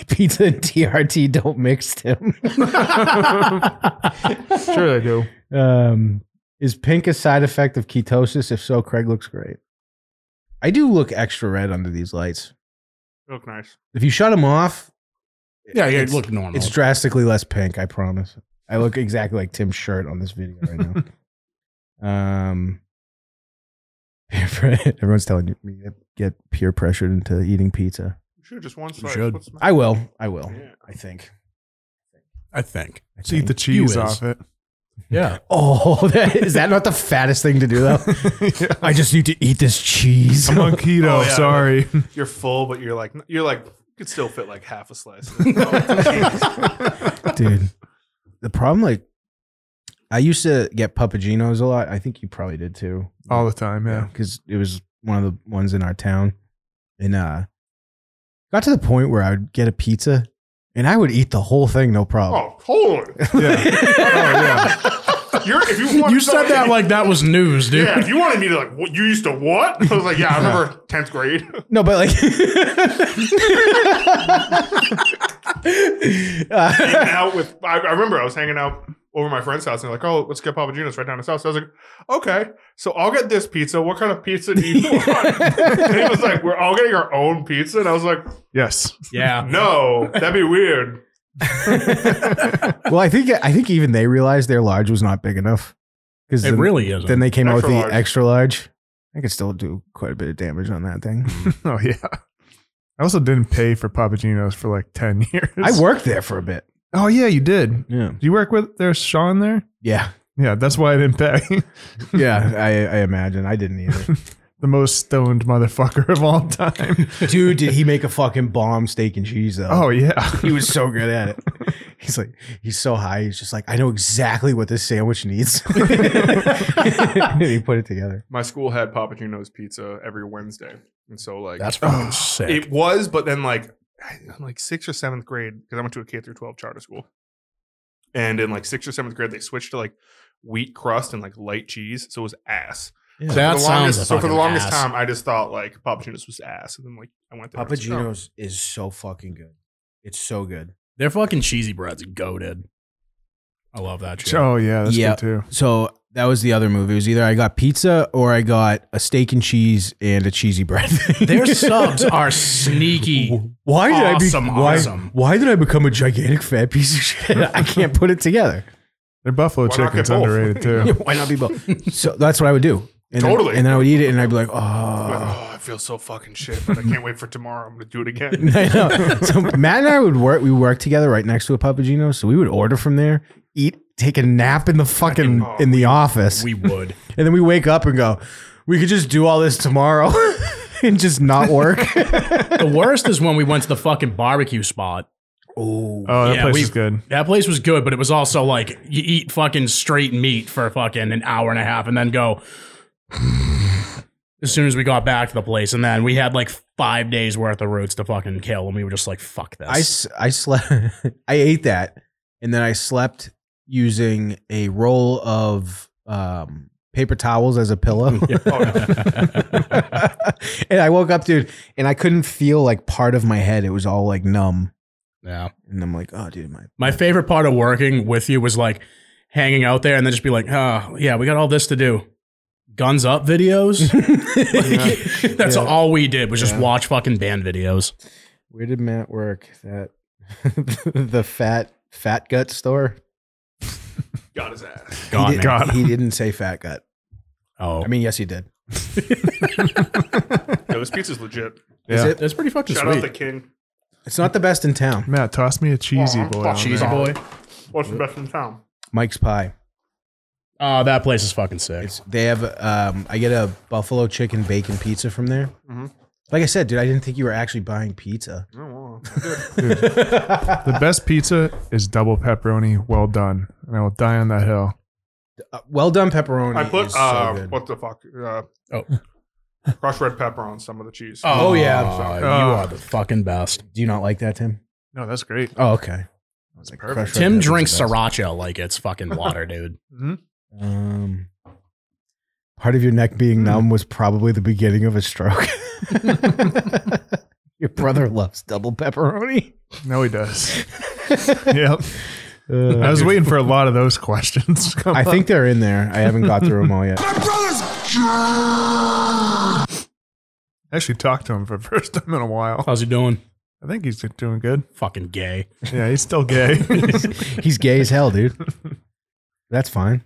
Speaker 2: pizza and TRT don't mix them.
Speaker 3: sure they do.
Speaker 2: Um, is pink a side effect of ketosis? If so, Craig looks great. I do look extra red under these lights.
Speaker 4: Look nice.
Speaker 2: If you shut them off,
Speaker 1: Yeah, yeah,
Speaker 2: It's-
Speaker 1: look normal.
Speaker 2: it's drastically less pink. I promise. I look exactly like Tim's shirt on this video right now. um, everyone's telling me to get peer pressured into eating pizza.
Speaker 4: You should just one
Speaker 1: slice. should. What's
Speaker 2: I will. I will.
Speaker 4: Yeah.
Speaker 2: I think.
Speaker 1: I think.
Speaker 2: I
Speaker 3: So eat the
Speaker 2: think.
Speaker 3: cheese
Speaker 1: is.
Speaker 3: off it.
Speaker 1: Yeah.
Speaker 2: oh, that, is that not the fattest thing to do though? I just need to eat this cheese.
Speaker 3: I'm on keto.
Speaker 4: Oh, yeah.
Speaker 3: Sorry.
Speaker 4: You're full, but you're like you're like could still fit like half a slice. Oh,
Speaker 1: Oh,
Speaker 2: dude. The problem, like, I used to get Papaginos a lot. I think you probably did too.
Speaker 3: All the time. Yeah.
Speaker 2: because it was one of the ones in our town, and uh, got to the point where I would get a pizza, and I would eat the whole thing, no problem.
Speaker 4: oh, totally.
Speaker 3: Yeah.
Speaker 4: You're, if you want
Speaker 1: You said that like that was news, dude.
Speaker 4: Yeah, if you wanted me to like, what, you used to what? I was like, yeah, I remember tenth grade.
Speaker 2: No, but like,
Speaker 4: hanging out with, I, I remember I was hanging out over my friend's house and they're like, oh, let's get Papa Gino's right down the south. So I was like, okay, so I'll get this pizza. What kind of pizza do you want? and he was like, we're all getting our own pizza, and I was like,
Speaker 3: Yes.
Speaker 1: Yeah.
Speaker 4: no, that'd be weird.
Speaker 2: well, I think I think even they realized their large was not big enough because
Speaker 1: It really isn't.
Speaker 2: then they came out with the
Speaker 4: Extra large.
Speaker 2: extra large. I could still do quite a bit of damage on that thing.
Speaker 3: Oh yeah. I also didn't pay for Papaginos for like ten years.
Speaker 2: I worked there for a bit.
Speaker 3: Oh yeah, you did.
Speaker 2: Yeah.
Speaker 3: Do you work with there's Sean there?
Speaker 2: Yeah.
Speaker 3: Yeah, that's why I didn't pay.
Speaker 2: Yeah. I, I imagine. I didn't either.
Speaker 3: the most stoned motherfucker of all time.
Speaker 2: Dude, did he make a fucking bomb steak and cheese though?
Speaker 3: Oh yeah.
Speaker 2: he was so good at it. He's like, he's so high. He's just like, I know exactly what this sandwich needs. and he put it together.
Speaker 4: My school had Papa Gino's pizza every Wednesday, and so like
Speaker 1: That's fucking
Speaker 3: Oh,
Speaker 1: sick.
Speaker 4: It was, but then like I'm like sixth or seventh grade because I went to a K through twelve charter school, and in like sixth or seventh grade they switched to like wheat crust and like light cheese, so it was ass.
Speaker 2: Yeah.
Speaker 4: For
Speaker 1: that
Speaker 4: the
Speaker 1: sounds
Speaker 4: longest, so for the longest time I just thought like Papa Gino's was ass, and then like I went there. and I was like, oh.
Speaker 2: Papagino's is so fucking good. It's so good.
Speaker 1: Their fucking cheesy bread's goaded. I love that shit.
Speaker 3: Oh yeah, that's
Speaker 2: Yeah.
Speaker 3: good too.
Speaker 2: So that was the other movie. It was either I got pizza or I got a steak and cheese and a cheesy bread.
Speaker 1: Their subs are sneaky.
Speaker 2: Why did
Speaker 1: Awesome,
Speaker 2: I be, why,
Speaker 1: awesome.
Speaker 2: why did I become a gigantic fat piece of shit? I can't put it together.
Speaker 3: Their buffalo
Speaker 4: Why not get
Speaker 3: chicken's
Speaker 4: both?
Speaker 3: underrated too.
Speaker 2: Why not be both? So that's what I would do. And then-
Speaker 4: Totally.
Speaker 2: and then I would eat it and I'd be like,
Speaker 4: I'm like,
Speaker 2: oh.
Speaker 4: oh, I feel so fucking shit, but I can't wait for tomorrow. I'm gonna do it again.
Speaker 2: I know. So Matt and I would work. We worked together right next to a Papagino, so we would order from there, eat, take a nap in the fucking
Speaker 4: oh,
Speaker 2: in the office,
Speaker 1: We would.
Speaker 2: and then we wake up and go. We could just do all this tomorrow and just not work.
Speaker 1: The worst is when we went to the fucking barbecue spot.
Speaker 2: oh,
Speaker 3: Oh, that
Speaker 1: Yeah,
Speaker 3: place
Speaker 1: we-
Speaker 3: is good.
Speaker 1: That place was good, but it was also like you eat fucking straight meat for fucking an hour and a half and then go as soon as we got back to the place. And then we had like five days worth of roots to fucking kill. And we were just like, fuck this.
Speaker 2: I s- I slept. I ate that, and then I slept using a roll of um, paper towels as a pillow.
Speaker 4: Oh, no.
Speaker 2: and I woke up, dude, and I couldn't feel like part of my head. It was all like numb.
Speaker 1: yeah.
Speaker 2: And I'm like, oh, dude, my
Speaker 1: My favorite part of working with you was like hanging out there and then just be like, oh, yeah, we got all this to do. Guns up videos. Like, That's
Speaker 2: Yeah.
Speaker 1: all we did was just
Speaker 2: Yeah.
Speaker 1: watch fucking band videos.
Speaker 2: where did Matt work? That the fat fat gut store.
Speaker 4: Got his ass.
Speaker 1: God,
Speaker 2: he,
Speaker 1: man.
Speaker 2: did,
Speaker 3: Got
Speaker 2: he didn't say fat gut.
Speaker 1: Oh,
Speaker 2: I mean, yes, he did.
Speaker 4: Yo, this pizza's legit.
Speaker 2: Is
Speaker 3: Yeah.
Speaker 2: it?
Speaker 1: that's pretty fucking
Speaker 4: Shout out
Speaker 1: sweet.
Speaker 4: the king,
Speaker 2: It's not the best in town.
Speaker 3: Matt, toss me a cheesy
Speaker 4: Aw,
Speaker 3: boy. on
Speaker 4: Oh, cheesy
Speaker 3: there.
Speaker 4: boy. What's the best in town?
Speaker 2: Mike's Pie.
Speaker 1: Oh, that place is fucking sick.
Speaker 2: They have. Um, I get a buffalo chicken bacon pizza from there,
Speaker 4: Mhm.
Speaker 2: Like I said, dude, I didn't think you were actually buying pizza.
Speaker 4: Oh, wow.
Speaker 3: The best pizza is double pepperoni, well done. And I will die on that hill.
Speaker 2: Uh, well done, pepperoni.
Speaker 4: I put
Speaker 2: is so
Speaker 4: uh,
Speaker 2: good.
Speaker 4: what the fuck? Uh,
Speaker 1: Oh.
Speaker 4: crushed red pepper on some of the cheese.
Speaker 2: Oh, yeah.
Speaker 1: you are the fucking best.
Speaker 2: Do you not like that, Tim?
Speaker 3: No, that's great.
Speaker 2: Oh, okay.
Speaker 3: That's
Speaker 2: Fresh red
Speaker 1: Tim
Speaker 2: pepper's
Speaker 1: drinks
Speaker 2: the best.
Speaker 1: sriracha like it's fucking water, dude.
Speaker 4: Mhm.
Speaker 2: Um, part of your neck being numb was probably the beginning of a stroke. your brother loves double pepperoni.
Speaker 3: No, he does. yep.
Speaker 2: Uh,
Speaker 3: I was waiting for a lot of those questions. to come
Speaker 2: I
Speaker 3: up.
Speaker 2: think they're in there. I haven't got through them all yet.
Speaker 3: I actually talked to him for the first time in a while.
Speaker 1: How's he doing?
Speaker 3: I think he's doing good.
Speaker 1: Fucking gay.
Speaker 3: Yeah, he's still gay.
Speaker 2: He's gay as hell, dude. That's fine.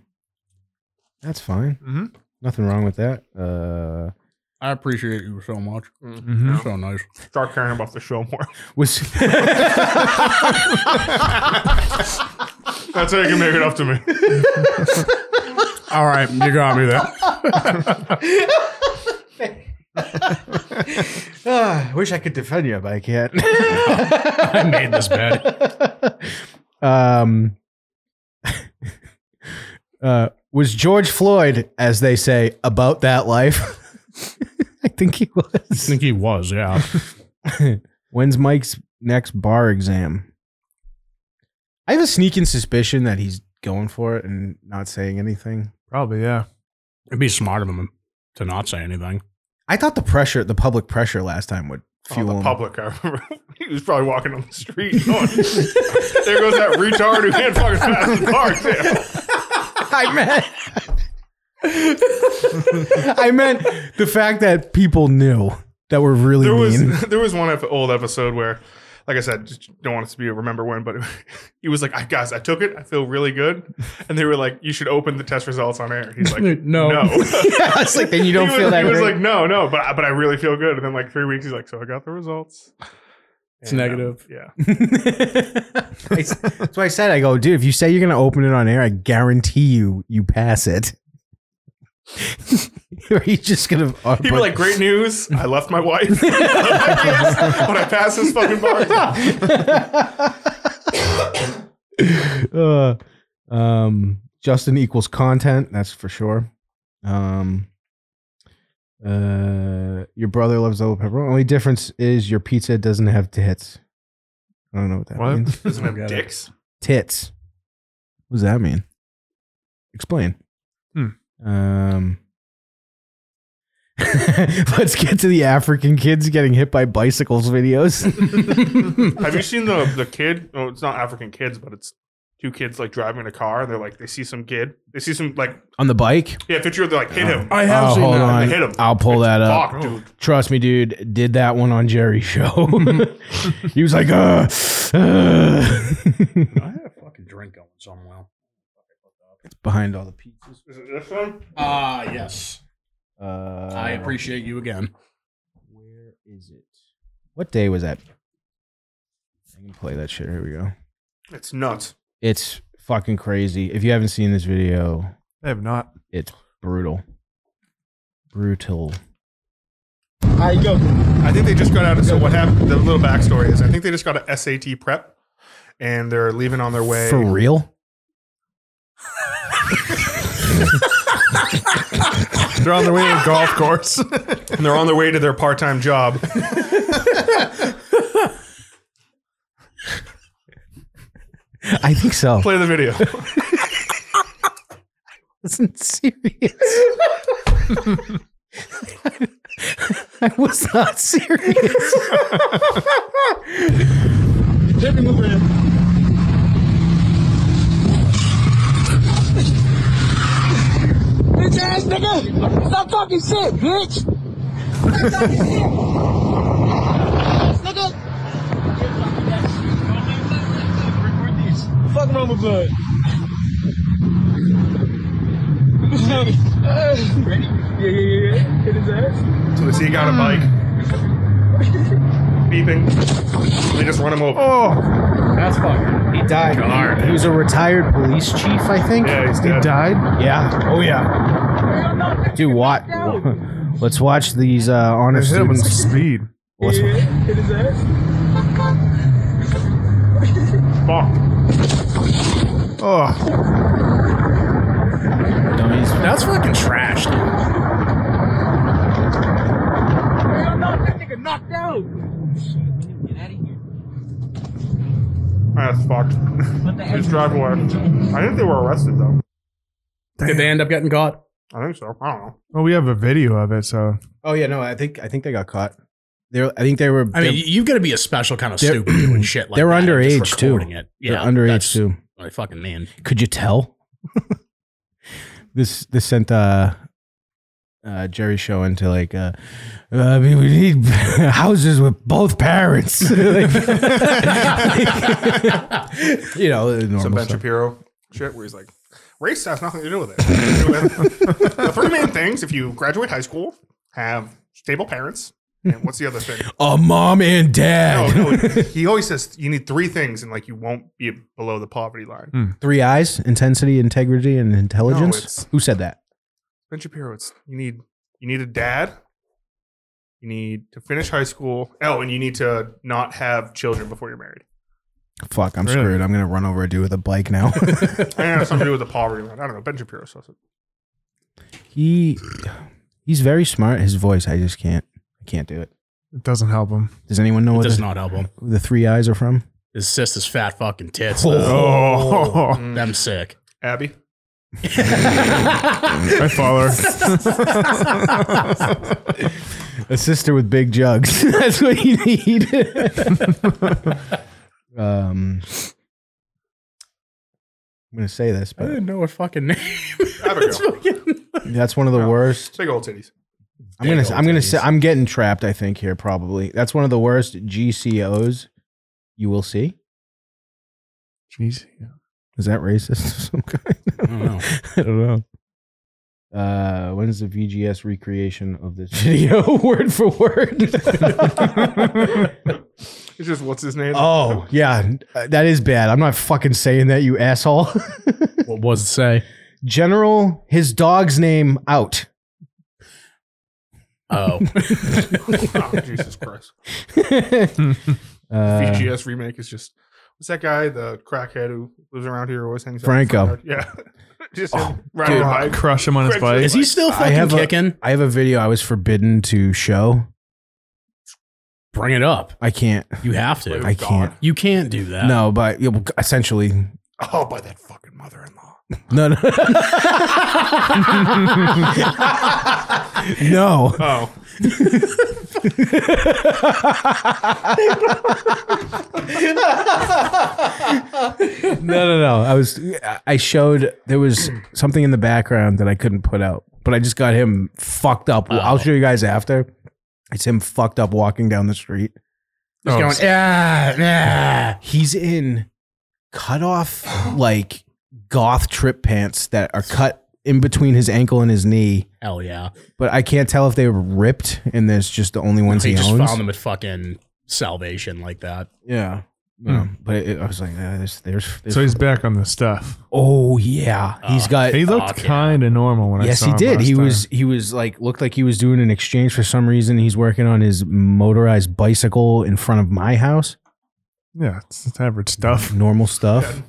Speaker 2: That's fine.
Speaker 3: Mm-hmm.
Speaker 4: Mhm.
Speaker 2: Nothing wrong with that. Uh,
Speaker 1: I appreciate you so much.
Speaker 3: Mhm.
Speaker 1: So nice.
Speaker 4: Start caring about the show more.
Speaker 2: was
Speaker 4: That's how you can make it up to me.
Speaker 1: All right, you got me there.
Speaker 2: Ah, I wish I could defend you, but I can't.
Speaker 1: I made this bed.
Speaker 2: um, uh, was George Floyd, as they say, about that life? I think he
Speaker 1: I
Speaker 2: was.
Speaker 1: think he was, yeah.
Speaker 2: When's Mike's next bar exam? I have a sneaking suspicion that he's going for it and not saying anything.
Speaker 3: Probably, yeah.
Speaker 1: It'd be smart of him to not say anything.
Speaker 2: I thought the pressure, the public pressure last time would
Speaker 4: Oh,
Speaker 2: fuel
Speaker 4: the
Speaker 2: him.
Speaker 4: public, I remember. He was probably walking on the street. Going, there goes that retard who can't fucking pass the car exam.
Speaker 2: I meant. I meant the fact that people knew that were really
Speaker 4: There
Speaker 2: mean.
Speaker 4: was there was one ep- old episode where, like I said, just don't want it to be a remember when, but he was like, I guys, I took it. I feel really good. And they were like, you should open the test results on air. He's like,
Speaker 1: No.
Speaker 4: no.
Speaker 2: it's like then you don't
Speaker 4: he
Speaker 2: feel
Speaker 4: was,
Speaker 2: that.
Speaker 4: He was
Speaker 2: great.
Speaker 4: like, no, no, but I- but I really feel good. And then like three weeks, he's like, so I got the results.
Speaker 1: It's
Speaker 4: And, um,
Speaker 1: negative.
Speaker 4: yeah,
Speaker 2: I s- That's why I said, I go, dude, if you say you're going to open it on air, I guarantee you, you pass it. or you just uh, going to.
Speaker 4: he was like, great news. I left my wife, I left my kids, but I passed this fucking bar. exam."
Speaker 2: uh, um, Justin equals content. That's for sure. Um, uh, your brother loves double pepperoni. Only difference is your pizza doesn't have tits. I don't know what that
Speaker 3: What?
Speaker 2: means.
Speaker 4: Doesn't
Speaker 1: Got it.
Speaker 4: have dicks.
Speaker 2: Tits. What does that mean? Explain.
Speaker 3: Hmm.
Speaker 2: Um. Let's get to the African kids getting hit by bicycles videos.
Speaker 4: Have you seen the the kid? Oh, it's not African kids, but it's two kids like driving a car. And they're like, they see some kid. They see some like,
Speaker 2: On the bike?
Speaker 4: yeah, picture of they're like hit him.
Speaker 1: I
Speaker 2: have Oh, seen hold that. on.
Speaker 4: They hit him.
Speaker 2: I'll pull that up.
Speaker 4: Fuck, dude.
Speaker 2: Trust me, dude. Did that one on Jerry's show. he was like, uh, uh.
Speaker 1: I had a fucking drink going somewhere.
Speaker 2: behind all the people.
Speaker 4: Is it this one?
Speaker 1: Ah, yes.
Speaker 2: Uh,
Speaker 1: I appreciate you again.
Speaker 2: Where is it? What day was that? I can play that shit. Here we go.
Speaker 4: It's nuts.
Speaker 2: It's fucking crazy. If you haven't seen this video,
Speaker 3: I have not.
Speaker 2: it's brutal. Brutal.
Speaker 4: I think they just got out of. So what happened? The little backstory is, I think they just got a SAT prep, and they're leaving on their way.
Speaker 2: For real?
Speaker 3: They're on their way to a golf course.
Speaker 4: and they're on their way to their part-time job.
Speaker 2: I think so.
Speaker 4: Play the video.
Speaker 2: wasn't serious. I was not serious.
Speaker 5: Bitch ass nigga! Stop talking shit, bitch! Stop talking shit! nigga! Fuck wrong with blood? Ready? Yeah, yeah, yeah, yeah. Hit his ass.
Speaker 4: So they see he got a bike. Beeping. They just run him over.
Speaker 3: oh,
Speaker 1: That's fucking.
Speaker 2: He died. He was a retired police chief, I think.
Speaker 4: Yeah, he's
Speaker 3: he
Speaker 4: dead.
Speaker 3: died?
Speaker 2: Yeah. Oh yeah. Dude, what? Let's watch these uh, honor
Speaker 3: Hit him with
Speaker 2: students.
Speaker 3: some speed.
Speaker 2: Let's-
Speaker 5: Hit his ass.
Speaker 4: Fuck.
Speaker 3: Oh,
Speaker 2: dummies.
Speaker 1: That's fucking trash. dude.
Speaker 5: Hell no, that nigga knocked down.
Speaker 4: That's Ah, fucked. Just drive away. I think they were arrested though.
Speaker 1: Did they end up getting caught?
Speaker 4: I think so. I don't know.
Speaker 3: well, we have a video of it, so
Speaker 2: Oh yeah, no, I think I think they got caught. They're I think they were.
Speaker 1: I mean,
Speaker 2: they're-
Speaker 1: you've got to be a special kind of
Speaker 2: They're-
Speaker 1: stupid doing shit like
Speaker 2: they're
Speaker 1: that. and
Speaker 2: underage,
Speaker 1: just
Speaker 2: too.
Speaker 1: recording It.
Speaker 2: they're,
Speaker 1: Yeah,
Speaker 2: underage
Speaker 1: that's
Speaker 2: too.
Speaker 1: what I fucking mean.
Speaker 2: Could you tell? this this sent uh, uh, Jerry Show into like uh, uh, I mean, we need houses with both parents. Like- you know, the normal
Speaker 4: Some Ben
Speaker 2: stuff.
Speaker 4: Shapiro shit where he's like, race has nothing to do with it. the three main things if you graduate high school, have stable parents, and what's the other thing?
Speaker 2: A mom and
Speaker 4: No,
Speaker 2: dad.
Speaker 4: no, he always says you need three things and like you won't be below the poverty line.
Speaker 2: Three eyes: intensity, integrity, and intelligence.
Speaker 4: it's-
Speaker 2: Who said that?
Speaker 4: Ben Shapiro, it's you need you need a dad. You need to finish high school. Oh, and you need to not have children before you're married.
Speaker 2: Fuck, I'm
Speaker 3: Really?
Speaker 2: screwed. I'm gonna run over a dude with a bike now.
Speaker 4: I have something to do with the poverty line. I don't know. Ben Shapiro says it.
Speaker 2: he he's very smart. His voice, I just can't. I can't do it.
Speaker 3: it doesn't help him.
Speaker 2: Does anyone know
Speaker 1: It
Speaker 2: what
Speaker 1: does
Speaker 2: the,
Speaker 1: not help him.
Speaker 2: who the three eyes are from?
Speaker 1: His sister's fat fucking tits.
Speaker 3: Oh,
Speaker 1: though. Them sick.
Speaker 4: Abby.
Speaker 3: I follow. her.
Speaker 2: A sister with big jugs. That's what you need. um, I'm gonna say this,
Speaker 1: I
Speaker 2: but
Speaker 1: didn't know her fucking name.
Speaker 4: Abigail.
Speaker 1: It's fucking-
Speaker 2: that's one of the worst.
Speaker 4: Big old titties.
Speaker 2: I'm gonna.
Speaker 1: Big old
Speaker 2: I'm gonna
Speaker 1: titties.
Speaker 2: say. I'm getting trapped. I think here probably. That's one of the worst GCOs you will see.
Speaker 3: Jeez. yeah.
Speaker 2: Is that racist of some kind?
Speaker 1: I don't know.
Speaker 2: I don't know. Uh, when is the VGS recreation of this video, word for word?
Speaker 4: It's just what's his name?
Speaker 2: oh, yeah, that is bad. I'm not fucking saying that, you asshole.
Speaker 1: What was it say?
Speaker 2: General, his dog's name out.
Speaker 1: Oh.
Speaker 4: Oh, Jesus Christ.
Speaker 2: Uh,
Speaker 4: VGS remake is just what's that guy, the crackhead who lives around here, always hangs out.
Speaker 2: Franco.
Speaker 4: in the front yard? Yeah. just him riding
Speaker 3: Dude,
Speaker 4: a bike.
Speaker 3: crush him on his
Speaker 4: Craigslist.
Speaker 3: bike.
Speaker 1: Is he still
Speaker 2: I
Speaker 1: fucking
Speaker 2: have a-
Speaker 1: kicking?
Speaker 2: I have a video I was forbidden to show.
Speaker 1: Bring it up.
Speaker 2: I can't.
Speaker 1: You have
Speaker 4: Wait,
Speaker 1: to.
Speaker 2: I can't.
Speaker 1: you can't do that.
Speaker 2: No, but yeah, well, essentially,
Speaker 4: Oh, by that fucking mother-in-law.
Speaker 2: no, no, no.
Speaker 4: Oh,
Speaker 2: No, no, no. I was, I showed there was something in the background that I couldn't put out, but I just got him fucked up.
Speaker 1: Oh.
Speaker 2: I'll show you guys after. It's him fucked up walking down the street.
Speaker 3: Oh,
Speaker 2: yeah, yeah. He's in cut off like goth trip pants that are cut in between his ankle and his knee,
Speaker 1: Hell yeah.
Speaker 2: but I can't tell if they were ripped and there's just the only ones
Speaker 1: He
Speaker 2: he
Speaker 1: just
Speaker 2: owns.
Speaker 1: found them at fucking salvation like that.
Speaker 2: Yeah. No, but it, I was like, uh, there's, there's, there's
Speaker 3: so he's back on the stuff.
Speaker 2: oh yeah, he's
Speaker 1: Oh,
Speaker 2: got.
Speaker 3: He looked
Speaker 1: Fuck yeah.
Speaker 3: kind of normal when I
Speaker 2: yes,
Speaker 3: saw
Speaker 2: he
Speaker 3: him
Speaker 2: did.
Speaker 3: last
Speaker 2: He
Speaker 3: time.
Speaker 2: was, he was like, looked like he was doing an exchange for some reason. He's working on his motorized bicycle in front of my house.
Speaker 3: Yeah, it's, it's average stuff.
Speaker 2: Normal stuff.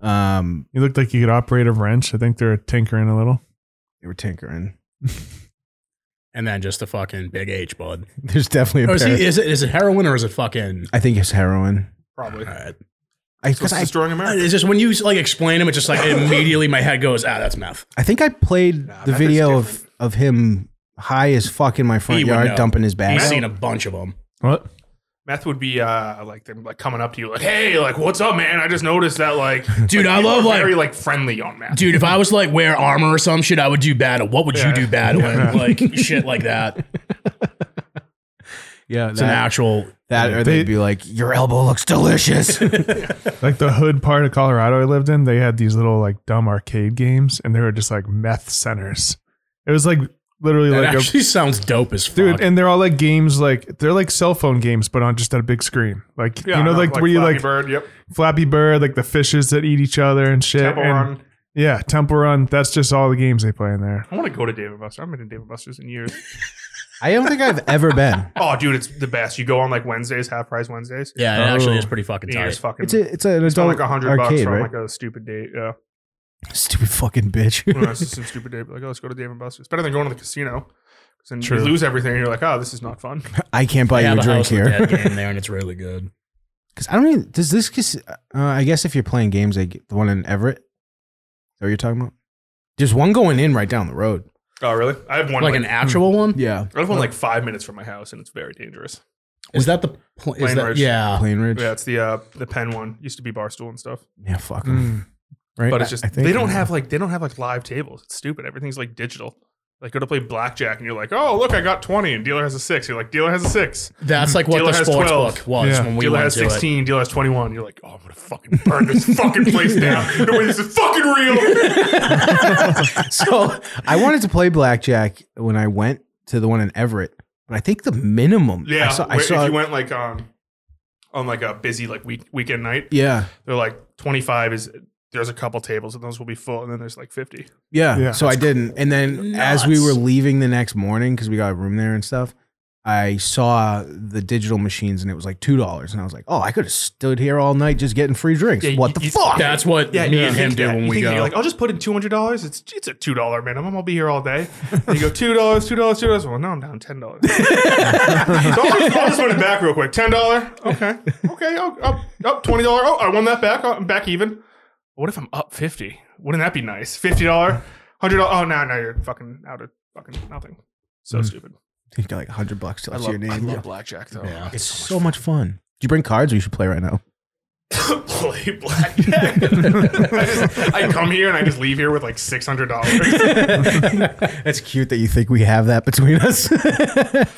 Speaker 2: Um,
Speaker 3: He looked like he could operate a wrench. I think they're tinkering a little.
Speaker 2: they were tinkering.
Speaker 1: And then just a fucking big H bud.
Speaker 2: There's definitely a.
Speaker 1: Oh, is,
Speaker 2: pair-
Speaker 1: he, is it is it heroin or is it fucking?
Speaker 2: I think it's heroin.
Speaker 4: probably.
Speaker 1: All right.
Speaker 2: I,
Speaker 4: So it's
Speaker 2: 'cause I,
Speaker 4: destroying America.
Speaker 1: It's just when you like explain him, it's just like immediately my head goes, ah, that's meth.
Speaker 2: I think I played
Speaker 4: Nah,
Speaker 2: the
Speaker 4: meth is
Speaker 2: video of,
Speaker 4: different.
Speaker 2: of him high as fuck in my front
Speaker 1: He would
Speaker 2: yard
Speaker 1: know.
Speaker 2: dumping his bag.
Speaker 1: I've
Speaker 2: out.
Speaker 1: seen a bunch of them.
Speaker 3: What?
Speaker 4: Meth would be uh, like them like coming up to you like, hey, like what's up, man? I just noticed that like,
Speaker 1: Dude, I
Speaker 4: you
Speaker 1: love,
Speaker 4: are
Speaker 1: like-
Speaker 4: very like friendly on meth.
Speaker 1: Dude, if I was like wear armor or some shit, I would do battle. What would you do battling? Like shit like that.
Speaker 2: yeah,
Speaker 1: It's an
Speaker 2: that,
Speaker 1: actual.
Speaker 2: that or
Speaker 3: They-
Speaker 2: they'd be like, "Your elbow looks delicious."
Speaker 3: Like the hood part of Colorado I lived in, they had these little like dumb arcade games, and they were just like meth centers. It was like literally
Speaker 1: That
Speaker 3: like a
Speaker 1: actually sounds dope as fuck.
Speaker 3: Dude, and they're all like games, like they're like cell phone games, but on just on a big screen. Like
Speaker 4: Yeah,
Speaker 3: you know,
Speaker 4: no,
Speaker 3: like, where you
Speaker 4: Flappy
Speaker 3: like
Speaker 4: Bird, yep,
Speaker 3: Flappy Bird, like the fishes that eat each other and shit.
Speaker 4: Temple
Speaker 3: and
Speaker 4: Run.
Speaker 3: Yeah, Temple Run. That's just all the games they play in there.
Speaker 4: I want to go to David Buster. I haven't been to David Buster's in years.
Speaker 2: I don't think I've ever been.
Speaker 4: oh, dude, it's the best. You go on like Wednesdays, half price Wednesdays.
Speaker 1: Yeah, it actually
Speaker 3: Oh.
Speaker 1: is pretty fucking
Speaker 4: And you're just
Speaker 1: tight.
Speaker 4: fucking.
Speaker 2: It's a it's an
Speaker 4: spend
Speaker 2: adult
Speaker 4: like a hundred bucks
Speaker 2: arcade,
Speaker 4: from
Speaker 2: right?
Speaker 4: like a stupid date. Yeah,
Speaker 2: Stupid fucking bitch.
Speaker 4: when I was just a stupid date, like oh, let's go to Dave and Buster's. It's better than going to the casino. 'Cause Then
Speaker 3: True.
Speaker 4: you lose everything, and you're like, oh, this is not fun.
Speaker 2: I can't buy
Speaker 1: They
Speaker 2: you
Speaker 1: have
Speaker 2: a drink
Speaker 1: House of the
Speaker 2: here.
Speaker 1: Dead game there, and it's really good.
Speaker 2: Because I don't even. Does this? cas- Uh, I guess if you're playing games like the one in Everett, is that what you're talking about? There's one going in right down the road.
Speaker 4: Oh, really? I have one Mm.
Speaker 1: Like an
Speaker 4: like,
Speaker 1: actual one?
Speaker 2: Yeah,
Speaker 4: I have one like five minutes from my house, and it's very dangerous.
Speaker 1: Is that the pl- is
Speaker 4: Plain
Speaker 1: that,
Speaker 4: Ridge.
Speaker 1: Yeah.
Speaker 2: Plain Ridge.
Speaker 4: Yeah, it's the uh the pen one. Used to be barstool and stuff,
Speaker 2: Yeah, fuck 'em.
Speaker 1: Hmm.
Speaker 3: Mm.
Speaker 2: Right,
Speaker 4: but it's
Speaker 2: I-
Speaker 4: just
Speaker 2: I think-
Speaker 4: they don't have like they don't have like live tables. It's stupid. Everything's like digital. Like go to play blackjack, and you're like, oh look, I got twenty, and dealer has a six. You're like, dealer has a six.
Speaker 1: That's like what
Speaker 4: Dealer
Speaker 1: the
Speaker 4: has
Speaker 1: sports
Speaker 4: 12.
Speaker 1: book was
Speaker 3: Yeah.
Speaker 1: when we
Speaker 4: dealer
Speaker 1: went
Speaker 4: has
Speaker 1: to it.
Speaker 4: 16, dealer has 21. You're like, oh, I'm gonna fucking burn this fucking place down. No way, this is fucking real.
Speaker 2: so I wanted to play blackjack when I went to the one in Everett, but I think the minimum.
Speaker 4: Yeah,
Speaker 2: I saw. I
Speaker 4: where-
Speaker 2: saw
Speaker 4: if you went like on on like a busy like week weekend night,
Speaker 2: yeah,
Speaker 4: they're like 25 is there's a couple tables and those will be full, and then there's like 50.
Speaker 2: yeah,
Speaker 3: Yeah.
Speaker 2: So I didn't. And then as we
Speaker 1: Nuts.
Speaker 2: were leaving the next morning, because we got a room there and stuff, I saw the digital machines and it was like two dollars, and I was like, oh, I could have stood here all night just getting free drinks.
Speaker 4: Yeah,
Speaker 2: what the
Speaker 4: you-
Speaker 2: fuck?
Speaker 1: That's what
Speaker 4: Yeah,
Speaker 1: me
Speaker 4: you
Speaker 1: and him
Speaker 4: think
Speaker 1: do
Speaker 4: that.
Speaker 1: when
Speaker 4: You
Speaker 1: we
Speaker 4: think that.
Speaker 1: go.
Speaker 4: You're like, I'll just put in two hundred dollars. It's it's a two dollar minimum. I'll be here all day. And you go two dollars, two dollars, two dollars. Well, no, I'm down ten dollars. so I'll just, I'll just run it back real quick. Ten dollar. Okay, okay. Oh, up, up twenty dollar. Oh, I won that back. Oh, I'm back even. What if I'm up fifty? Wouldn't that be nice? Fifty dollar, hundred dollar. Oh no, no, you're fucking out of fucking nothing.
Speaker 1: Hmm.
Speaker 4: So stupid.
Speaker 2: You got like hundred bucks to
Speaker 4: I love,
Speaker 2: your name.
Speaker 4: I
Speaker 2: Yeah.
Speaker 4: love blackjack though.
Speaker 1: Yeah.
Speaker 2: It's so much fun. Do you bring cards? We should play right now.
Speaker 4: play blackjack. I, just, I come here and I just leave here with like six hundred dollars.
Speaker 2: That's cute that you think we have that between us. Tim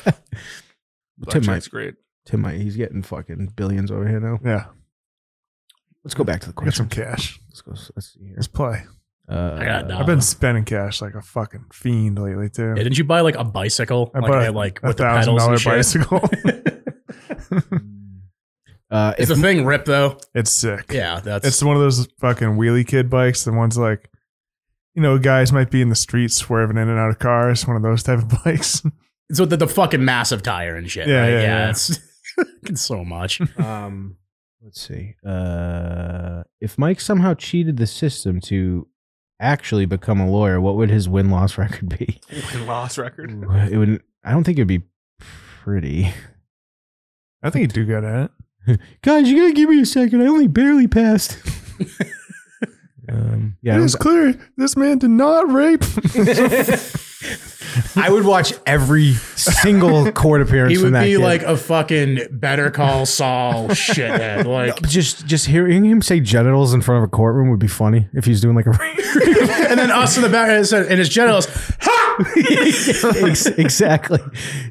Speaker 2: might,
Speaker 4: Blackjack's great.
Speaker 2: Tim might, he's getting fucking billions over here now.
Speaker 3: Yeah,
Speaker 2: Let's go back to the
Speaker 3: I got
Speaker 2: question.
Speaker 3: some cash.
Speaker 2: Let's go. Let's see here.
Speaker 3: Let's play.
Speaker 2: Uh,
Speaker 1: I got a dollar.
Speaker 3: I've been spending cash like a fucking fiend lately too.
Speaker 1: Yeah, didn't you buy like a bicycle?
Speaker 3: I
Speaker 1: like,
Speaker 3: bought
Speaker 1: they,
Speaker 3: a-
Speaker 1: like
Speaker 3: a
Speaker 1: with the
Speaker 3: thousand
Speaker 1: pedals
Speaker 3: dollar
Speaker 1: and shit.
Speaker 3: bicycle.
Speaker 2: Uh,
Speaker 1: Is
Speaker 2: if,
Speaker 1: the thing rip though?
Speaker 3: it's sick.
Speaker 1: Yeah, that's
Speaker 3: It's one of those fucking wheelie kid bikes. The ones like, you know, guys might be in the streets swerving in and out of cars. One of those type of bikes.
Speaker 1: so the, the fucking massive tire and shit.
Speaker 3: Yeah,
Speaker 1: right?
Speaker 3: yeah,
Speaker 1: yeah.
Speaker 3: yeah.
Speaker 1: It's, it's so much.
Speaker 2: um, let's see. Uh, if Mike somehow cheated the system to actually become a lawyer, what would his win loss record be?
Speaker 4: Win loss record.
Speaker 2: it would. I don't think it'd be pretty.
Speaker 3: I think you do good at it.
Speaker 2: Guys, you gotta give me a second. I only barely passed. um, yeah, I
Speaker 3: it
Speaker 2: don't-
Speaker 3: is clear this man did not rape.
Speaker 2: I would watch every single court appearance.
Speaker 1: He
Speaker 2: from
Speaker 1: would
Speaker 2: that
Speaker 1: be
Speaker 2: kid.
Speaker 1: like a fucking Better Call Saul shithead. Like
Speaker 2: just just hearing him say genitals in front of a courtroom would be funny if he's doing like a
Speaker 1: and then us in the back and his- and his genitals.
Speaker 2: Ex- exactly.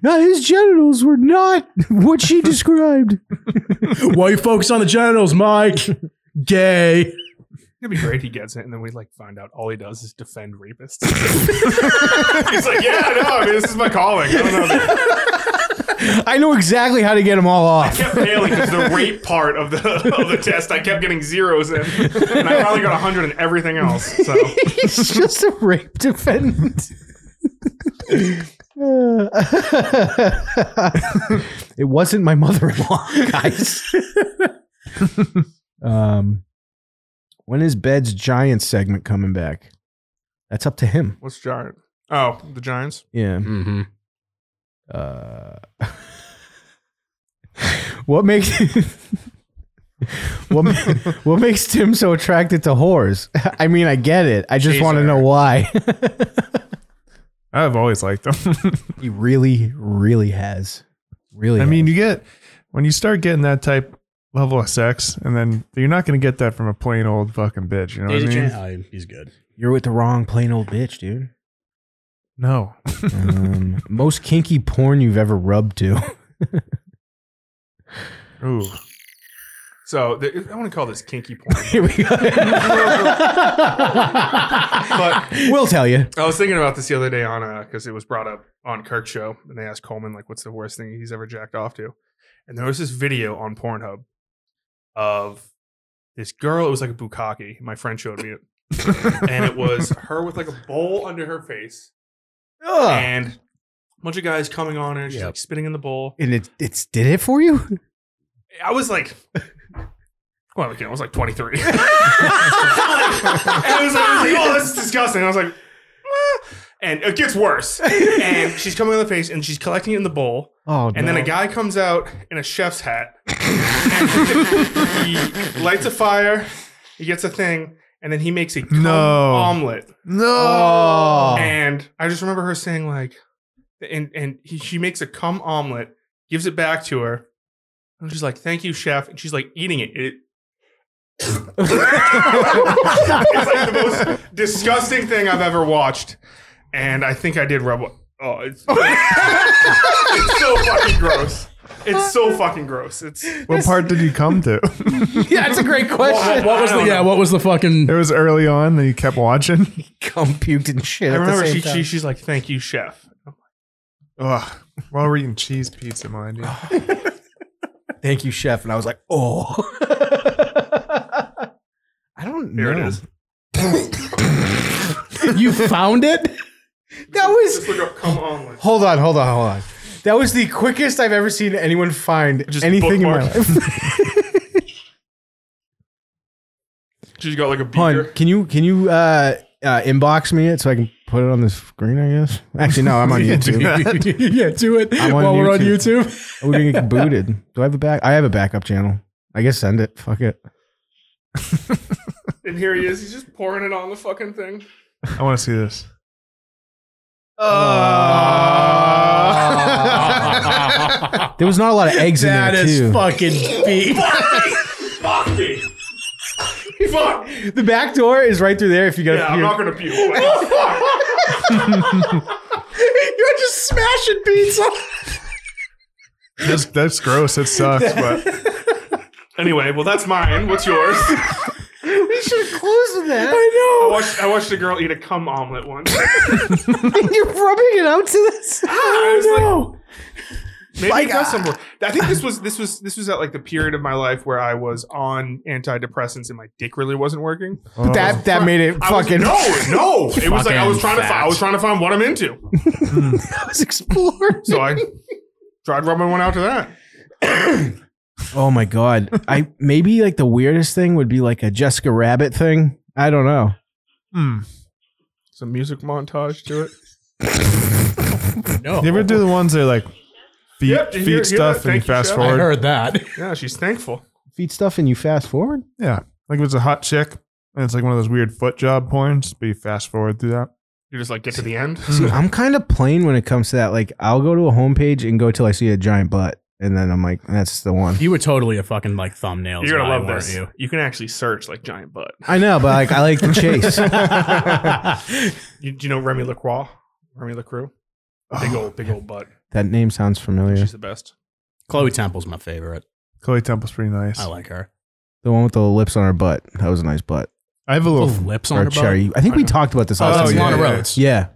Speaker 2: No, his genitals were not what she described.
Speaker 1: Why you focus on the genitals, Mike? Gay.
Speaker 4: It'd be great. He gets it, and then we like find out all he does is defend rapists. He's like, yeah, no, I mean, this is my calling. I don't know.
Speaker 2: I know exactly how to get them all off.
Speaker 4: kept failing because the rape part of the of the test, I kept getting zeros in, and I probably got hundred in everything else. So
Speaker 2: He's just a rape defendant. it wasn't my mother-in-law, guys. um, when is Bed's Giants segment coming back? That's up to him.
Speaker 4: what's giant? Oh, the Giants.
Speaker 2: Yeah.
Speaker 1: Mm-hmm.
Speaker 2: Uh, what makes what ma- what makes Tim so attracted to whores? I mean, I get it. I just want to
Speaker 4: Chaser.
Speaker 2: know why.
Speaker 3: I've always liked them.
Speaker 2: he really, really has. Really,
Speaker 3: I mean, you get when you start getting that type level of sex, and then you're not going to get that from a plain old fucking bitch. You know what I mean?
Speaker 1: he's good.
Speaker 2: you're with the wrong plain old bitch, dude.
Speaker 3: No.
Speaker 2: Um, most kinky porn you've ever rubbed to.
Speaker 3: Ooh.
Speaker 4: So the, I want to call this kinky porn.
Speaker 2: Here we go.
Speaker 4: But-
Speaker 2: we'll tell you.
Speaker 4: I was thinking about this the other day on uh because it was brought up on Kirk's show, and they asked Coleman like, "What's the worst thing he's ever jacked off to?" And there was this video on Pornhub of this girl. It was like a bukkake. My friend showed me it, and it was her with like a bowl under her face
Speaker 2: Ugh.
Speaker 4: and a bunch of guys coming on her. She's
Speaker 1: Yep.
Speaker 4: like spitting in the bowl.
Speaker 2: And it it's did it for you?
Speaker 4: I was like, well, again, I was like 23. and I was like, I was like, oh, that's disgusting. I was like, "Ah." and it gets worse. And she's coming on the face and she's collecting it in the bowl.
Speaker 2: Oh,
Speaker 4: And
Speaker 2: no.
Speaker 4: then a guy comes out in a chef's hat. And he lights a fire. He gets a thing. And then he makes a cum
Speaker 3: No.
Speaker 4: omelet.
Speaker 2: Oh.
Speaker 4: And I just remember her saying like, and and he, she makes a cum omelet, gives it back to her, and she's like, "Thank you, chef." And she's like eating it. It- it's like the most disgusting thing I've ever watched, and I think I did rub. Oh, it's, it's so fucking gross. It's so fucking gross. It's
Speaker 3: What part did you come to?
Speaker 2: yeah, that's a great
Speaker 4: Well,
Speaker 2: question.
Speaker 4: well-
Speaker 1: What was the yeah? What was the fucking?
Speaker 3: it was early on that you kept watching.
Speaker 2: Cum puked and shit.
Speaker 4: I
Speaker 2: at the
Speaker 4: remember
Speaker 2: same
Speaker 4: she,
Speaker 2: time.
Speaker 4: she she's like, "Thank you, chef."
Speaker 3: Ugh. While we're eating cheese pizza, mind you.
Speaker 2: Thank you, chef. And I was like, oh. I don't know.
Speaker 4: Here it is.
Speaker 2: you found it? That was.
Speaker 4: Just look up cum omelet.
Speaker 2: Hold on, hold on, hold on. That was the quickest I've ever seen anyone find
Speaker 4: Just
Speaker 2: anything in my
Speaker 4: bookmark.
Speaker 2: life.
Speaker 4: She's got like a
Speaker 2: Hon,
Speaker 4: beaker.
Speaker 2: can you can you uh, uh, inbox me it so I can put it on the screen? I guess. Actually, no, I'm on
Speaker 3: You do
Speaker 2: YouTube.
Speaker 3: that.
Speaker 1: yeah, do it
Speaker 2: I'm on
Speaker 1: while we're on
Speaker 2: YouTube.
Speaker 1: YouTube.
Speaker 2: We're gonna get booted. Do I have a back? I have a backup channel. I guess send it. Fuck it.
Speaker 4: And here he is. He's just pouring it on the fucking thing.
Speaker 3: I want to see this. Uh.
Speaker 2: There was not a lot of eggs in there
Speaker 1: That is
Speaker 2: too.
Speaker 1: fucking beat.
Speaker 4: Fuck me. Fuck.
Speaker 2: The back door is right through there. If you got,
Speaker 4: Yeah, I'm not gonna puke.
Speaker 2: you're just smashing pizza.
Speaker 3: That's, that's gross. It sucks, but
Speaker 4: anyway, well that's mine. What's yours? I
Speaker 2: we should have closed with that. I
Speaker 4: watched, I watched a girl eat a cum omelet once.
Speaker 2: You're rubbing it out to this.
Speaker 4: I was
Speaker 2: Oh,
Speaker 4: like,
Speaker 2: no. uh,
Speaker 4: Maybe it does some work. I think this was this was this was at like the period of my life where I was on antidepressants and my dick really wasn't working.
Speaker 2: But that that made it
Speaker 4: I
Speaker 2: Oh,
Speaker 4: was-
Speaker 2: fucking.
Speaker 4: no, no. It was like I was
Speaker 1: Fucking
Speaker 4: trying to find, I was trying to find what I'm into.
Speaker 2: I was exploring.
Speaker 4: So I tried rubbing one out to that.
Speaker 2: Oh my god! I maybe like the weirdest thing would be like a Jessica Rabbit thing. I don't know.
Speaker 3: Hmm.
Speaker 4: Some music montage to it.
Speaker 1: No,
Speaker 3: you ever do the ones that are like feet,
Speaker 4: Yep, you
Speaker 3: feet
Speaker 4: hear- hear
Speaker 3: stuff,
Speaker 4: that?
Speaker 3: and you
Speaker 4: Thank you,
Speaker 3: fast
Speaker 4: Chef.
Speaker 1: I
Speaker 3: forward?
Speaker 1: heard that.
Speaker 4: Yeah, she's thankful.
Speaker 2: Feed stuff and you fast forward.
Speaker 3: Yeah, like if it's a hot chick, and it's like one of those weird foot job porns, but you fast forward through that.
Speaker 4: You just like get to the end.
Speaker 3: Hmm.
Speaker 2: See, I'm kind of plain when it comes to that. Like, I'll go to a homepage and go till I see a giant butt, and then I'm like, that's the one.
Speaker 1: You were totally a fucking like thumbnails.
Speaker 4: You're gonna
Speaker 1: guy,
Speaker 4: love
Speaker 1: weren't
Speaker 4: this. You?
Speaker 1: you?
Speaker 4: can actually search like giant butt.
Speaker 2: I know, but like, I like the chase.
Speaker 4: You, do you know Remy LaCroix? Remy LaCroix? Big
Speaker 3: oh,
Speaker 4: old, big old butt.
Speaker 2: that name sounds familiar.
Speaker 4: She's the best.
Speaker 1: Chloe Temple's my favorite.
Speaker 3: Chloe Temple's pretty nice.
Speaker 1: I
Speaker 3: I,
Speaker 1: like her.
Speaker 2: The one with the lips on her butt. That was a nice butt.
Speaker 3: have a little,
Speaker 1: Those lips
Speaker 2: Or
Speaker 1: on her butt.
Speaker 2: cherry. I think we
Speaker 4: I know.
Speaker 2: talked about this.
Speaker 1: Oh,
Speaker 2: last
Speaker 1: that's
Speaker 3: yeah,
Speaker 1: Lana
Speaker 3: yeah.
Speaker 1: Rhodes.
Speaker 2: yeah.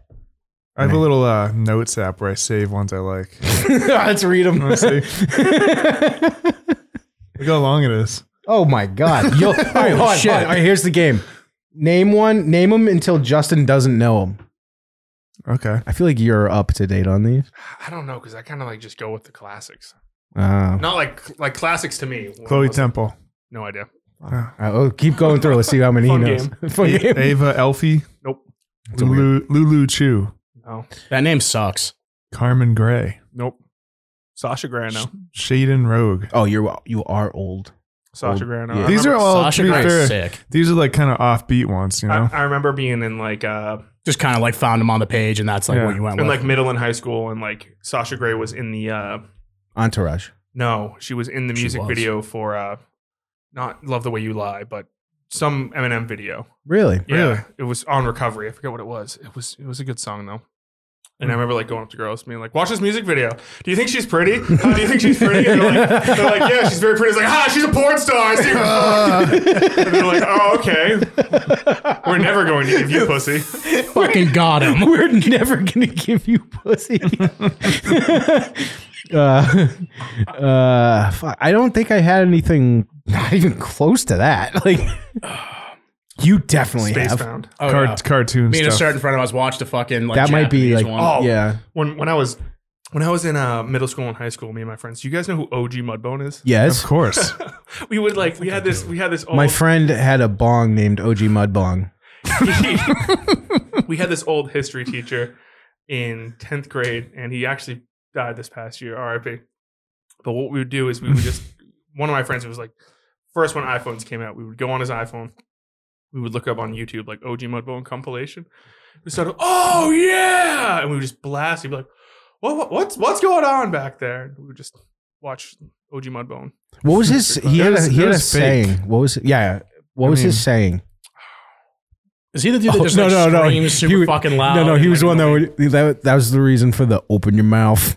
Speaker 3: I have a little uh, notes app where I save ones I like.
Speaker 2: Let's read them.
Speaker 3: Let's see. Look how long it is.
Speaker 2: oh my god! Yo, all right, hold on,
Speaker 1: shit.
Speaker 2: hold on. All right, here's the game. Name one. Name them until Justin doesn't know them.
Speaker 3: Okay,
Speaker 2: I feel like you're up to date on these.
Speaker 4: I don't know because I kind of like just go with the classics.
Speaker 2: Uh,
Speaker 4: Not like like classics to me.
Speaker 3: Chloe Temple,
Speaker 4: No idea.
Speaker 2: oh, keep going through. Let's see how many
Speaker 4: Fun
Speaker 2: he knows. Fun game.
Speaker 3: Ava Elfie,
Speaker 4: Nope.
Speaker 2: a
Speaker 3: Lulu, Lulu Chu,
Speaker 4: No.
Speaker 1: That name sucks.
Speaker 3: Carmen Gray,
Speaker 4: Nope. Sasha Grano.
Speaker 3: Shaden Rogue.
Speaker 2: Oh, you're you are old.
Speaker 4: Sasha
Speaker 2: Old-
Speaker 4: Grano.
Speaker 2: yeah.
Speaker 4: I
Speaker 3: These are
Speaker 4: remember-
Speaker 3: all
Speaker 1: Sasha
Speaker 3: to be
Speaker 1: Grey's
Speaker 3: fair,
Speaker 1: sick.
Speaker 3: These are like kind of offbeat ones, you know.
Speaker 4: I, I remember being in like uh
Speaker 1: Just kind of like found him on the page, and that's like
Speaker 3: Yeah.
Speaker 1: what you went
Speaker 4: in
Speaker 1: with.
Speaker 4: like middle and high school and like Sasha Grey was in the uh
Speaker 2: Entourage.
Speaker 4: no, she was in the
Speaker 1: She
Speaker 4: music
Speaker 1: was.
Speaker 4: video for uh not Love the Way You Lie, but some Eminem video.
Speaker 2: Really?
Speaker 4: Yeah,
Speaker 3: Really?
Speaker 4: it was on recovery. I forget what it was. It was it was a good song though. And
Speaker 2: Hmm.
Speaker 4: I remember like going up to girls, being like, "Watch this music video. Do you think she's pretty? How do you think she's pretty?" And they're like, they're like, "Yeah, she's very pretty." It's like, "Ah, she's a porn star." I see her." and they're like, "Oh, okay. We're never going to give you pussy."
Speaker 1: fucking got him.
Speaker 2: We're never gonna give you pussy. uh, uh, fuck. I don't think I had anything not even close to that. Like You definitely
Speaker 4: Space
Speaker 2: have.
Speaker 4: Found.
Speaker 1: Oh,
Speaker 3: Cart-
Speaker 1: yeah.
Speaker 3: Cartoon
Speaker 1: Me and a
Speaker 3: stuff.
Speaker 1: certain friend of ours watched a fucking like
Speaker 2: that might be
Speaker 1: Japanese
Speaker 2: like,
Speaker 1: one.
Speaker 4: Oh.
Speaker 2: yeah,
Speaker 4: When when I was when I was in uh, middle school and high school, me and my friends. Do you guys know who OG Mudbone is?
Speaker 2: yes.
Speaker 3: Of course.
Speaker 4: We would like we had this we had this old
Speaker 2: My friend had a bong named OG Mudbong.
Speaker 4: we had this old history teacher in 10th grade and he actually died this past year RIP but what we would do is we would just one of my friends was like first when iPhones came out we would go on his iPhone we would look up on YouTube like OG Mudbone compilation we started oh yeah and we would just blast he'd be like what, what what's what's going on back there and we would just watch OG Mudbone
Speaker 2: What was his? He had a,
Speaker 3: It
Speaker 2: he had a
Speaker 3: was fake.
Speaker 2: saying. What was? Yeah. What
Speaker 3: I
Speaker 2: was
Speaker 3: mean-
Speaker 2: his saying?
Speaker 1: Is he the dude that
Speaker 2: Oh,
Speaker 1: just
Speaker 2: no,
Speaker 1: like,
Speaker 2: no, no.
Speaker 1: screams super
Speaker 2: He wa-
Speaker 1: fucking loud?
Speaker 2: no, no, he
Speaker 1: and,
Speaker 2: was the
Speaker 1: like,
Speaker 2: one that, would, that that was the reason for the open your mouth.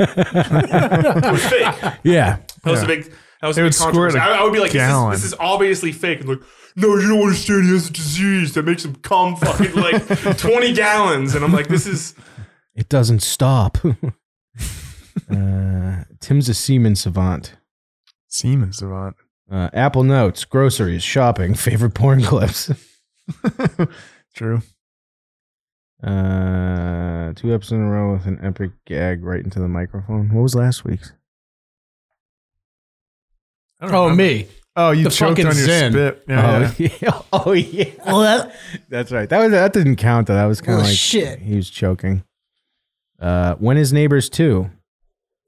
Speaker 4: it was fake that
Speaker 2: yeah.
Speaker 4: was a big that was a
Speaker 3: They
Speaker 4: big
Speaker 3: would squirt
Speaker 4: controversy.
Speaker 3: a
Speaker 4: I I would be like this is,
Speaker 3: gallon.
Speaker 4: this is obviously fake and like no you don't understand he has a disease that makes him cum fucking like 20 gallons and I'm like this is
Speaker 2: It doesn't stop. uh, Tim's a semen savant.
Speaker 3: Siemens Savant.
Speaker 2: Uh, Apple Notes, groceries, shopping, favorite porn clips.
Speaker 3: True.
Speaker 2: Uh, two episodes in a row with an epic gag right into the microphone. What was last week's?
Speaker 4: I don't
Speaker 1: Oh
Speaker 4: know.
Speaker 1: me.
Speaker 3: Oh, you
Speaker 1: The
Speaker 3: choked
Speaker 1: fucking
Speaker 3: on your
Speaker 1: Zen.
Speaker 3: spit. Yeah, yeah.
Speaker 2: Oh, yeah. oh yeah. That's right. That was that didn't count though. That was kind of like shit. He was choking. Uh, when is neighbors two?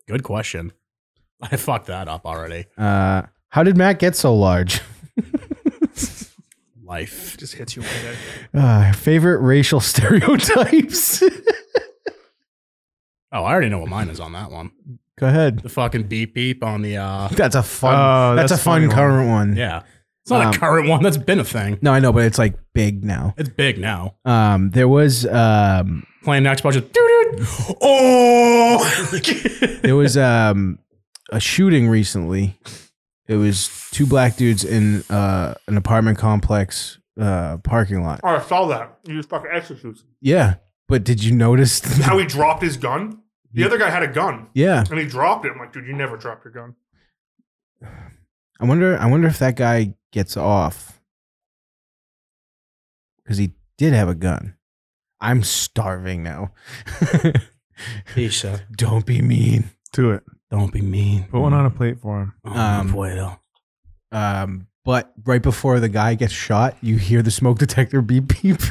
Speaker 1: Good question. I fucked that up already.
Speaker 2: Uh, how did Matt get so large?
Speaker 1: Life.
Speaker 4: It just hits you one day
Speaker 2: Uh, favorite racial stereotypes.
Speaker 1: Oh, I already know what mine is on that one.
Speaker 2: Go ahead.
Speaker 1: The fucking beep beep on the uh
Speaker 2: That's a fun.
Speaker 3: Oh,
Speaker 2: that's,
Speaker 3: that's
Speaker 2: a fun
Speaker 3: funny one.
Speaker 2: current one.
Speaker 1: yeah. It's not
Speaker 2: Um,
Speaker 1: a current one. That's been a thing.
Speaker 2: No, I know, but it's like big now.
Speaker 1: It's big now.
Speaker 2: Um, there was um,
Speaker 1: Playing next budget. Oh
Speaker 2: there was um, a shooting recently. It was two black dudes in uh, an apartment complex uh, parking lot.
Speaker 4: oh I saw that he was fucking executes
Speaker 2: Yeah, but did you notice?
Speaker 4: how he dropped his gun the other guy had a gun
Speaker 2: yeah,
Speaker 4: and he dropped it I'm like dude you never drop your gun
Speaker 2: I wonder. I wonder if that guy gets off because he did have a gun. I'm starving now.
Speaker 1: Tisha.
Speaker 2: Don't be mean.
Speaker 3: Do it.
Speaker 1: Don't be mean.
Speaker 3: Put one on a plate for him.
Speaker 1: Oh,
Speaker 2: Um,
Speaker 1: puedo.
Speaker 2: Um, but right before the guy gets shot, you hear the smoke detector beep beep.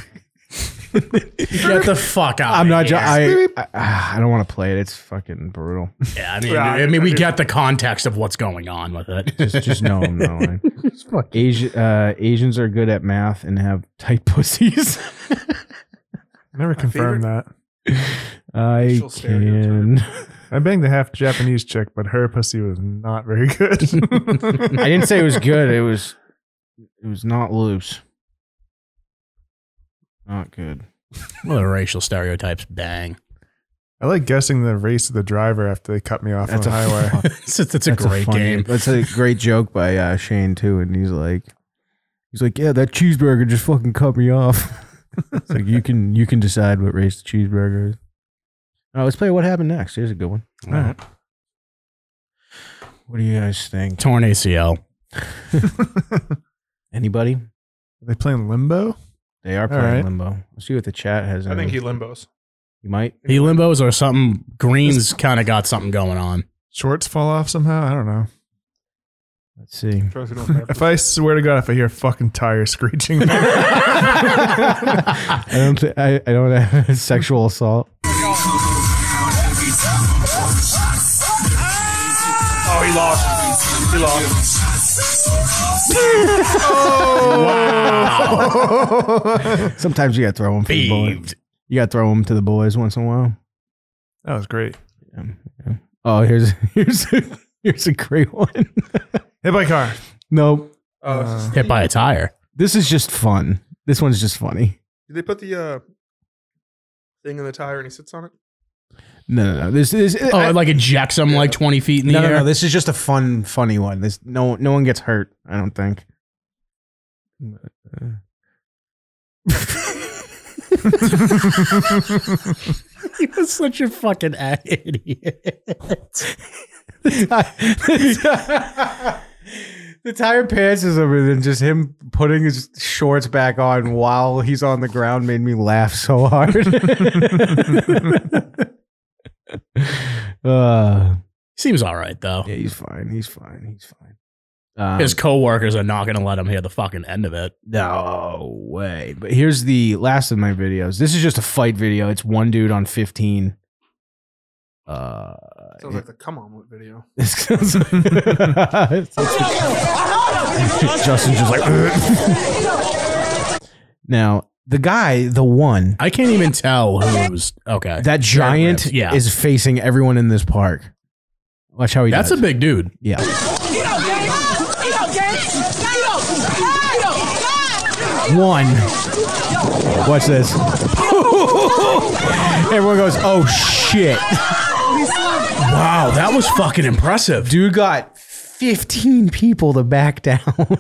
Speaker 1: Get the fuck out.
Speaker 2: I'm
Speaker 1: of
Speaker 2: not.
Speaker 1: here.
Speaker 2: Ju- I, I I don't want to play it. It's fucking brutal.
Speaker 1: Yeah, I mean,
Speaker 4: Yeah,
Speaker 1: I mean, we
Speaker 4: I do.
Speaker 1: get the context of what's going on with it.
Speaker 2: Just just know I'm not lying. Asi- uh, Asians are good at math and have tight pussies.
Speaker 3: I never confirmed that.
Speaker 2: I
Speaker 4: Racial stereotype.
Speaker 2: can.
Speaker 3: I banged a half Japanese chick, but her pussy was not very good.
Speaker 2: I didn't say it was good. It was. It was not loose. Not good.
Speaker 1: Well, the racial stereotypes bang.
Speaker 3: I like guessing the race of the driver after they cut me off
Speaker 2: That's
Speaker 3: on the
Speaker 2: a
Speaker 3: highway.
Speaker 2: fuck-
Speaker 1: It's, it's, it's a
Speaker 2: That's
Speaker 1: great
Speaker 2: funny-
Speaker 1: game.
Speaker 2: That's a great joke by uh, Shane too, and he's like, he's like, yeah, that cheeseburger just fucking cut me off. it's like you can you can decide what race the cheeseburger is. All right, let's play. What happened next? Here's a good one.
Speaker 1: All right.
Speaker 2: What do you guys think?
Speaker 1: Torn ACL.
Speaker 2: Anybody?
Speaker 3: they playing limbo?
Speaker 2: They are
Speaker 3: All
Speaker 2: playing
Speaker 3: right.
Speaker 2: limbo. Let's see what the chat has.
Speaker 4: I
Speaker 2: in
Speaker 4: think
Speaker 2: it.
Speaker 4: he limbos
Speaker 2: you might.
Speaker 1: He limbos or something. Green's kind of got something going on.
Speaker 3: Shorts fall off somehow? I don't know.
Speaker 2: Let's see.
Speaker 4: Trust it don't matter.
Speaker 3: If I swear to God, if I hear a fucking tire screeching,
Speaker 2: I don't. thi- I, I don't have sexual assault.
Speaker 4: oh he lost he lost
Speaker 2: Sometimes you got to throw them for the boys.
Speaker 1: Beaved.
Speaker 2: You got to throw them to the boys once in a while.
Speaker 3: that was great.
Speaker 2: Um, yeah. Oh, here's here's a, here's a great one.
Speaker 3: Hit by car.
Speaker 2: nope.
Speaker 4: Oh,
Speaker 3: Uh.
Speaker 4: this is-
Speaker 1: Hit by a tire.
Speaker 2: This is just fun. This one's just funny.
Speaker 4: did they put the uh thing in the tire and he sits on it
Speaker 2: No, no, no. This is
Speaker 1: Oh,
Speaker 2: I-
Speaker 1: it like ejects him like 20 feet in the
Speaker 2: no, no,
Speaker 1: air.
Speaker 2: no. This is just a fun, funny one. This no no one gets hurt. I don't think.
Speaker 1: he was such a fucking idiot.
Speaker 2: the The tire pants is over and just him putting his shorts back on while he's on the ground made me laugh so hard. uh,
Speaker 1: Seems all right though.
Speaker 2: yeah, he's fine. He's fine. He's fine. Um,
Speaker 1: His coworkers are not going to let him hear the fucking end of it.
Speaker 2: No way. But here's the last of my videos. This is just a fight video. It's one dude on 15. Uh,
Speaker 4: Sounds like the come on video.
Speaker 2: this sounds- Justin's just like. "Ugh." now, the guy, the one,
Speaker 1: I can't even tell who's okay.
Speaker 2: that giant
Speaker 1: ribs, yeah.
Speaker 2: is facing everyone in this park. Watch how he
Speaker 1: That's a
Speaker 2: does.
Speaker 1: big dude.
Speaker 2: yeah. One. Watch this. Everyone goes, oh shit.
Speaker 1: Wow, that was fucking impressive.
Speaker 2: Dude got 15 people to back down.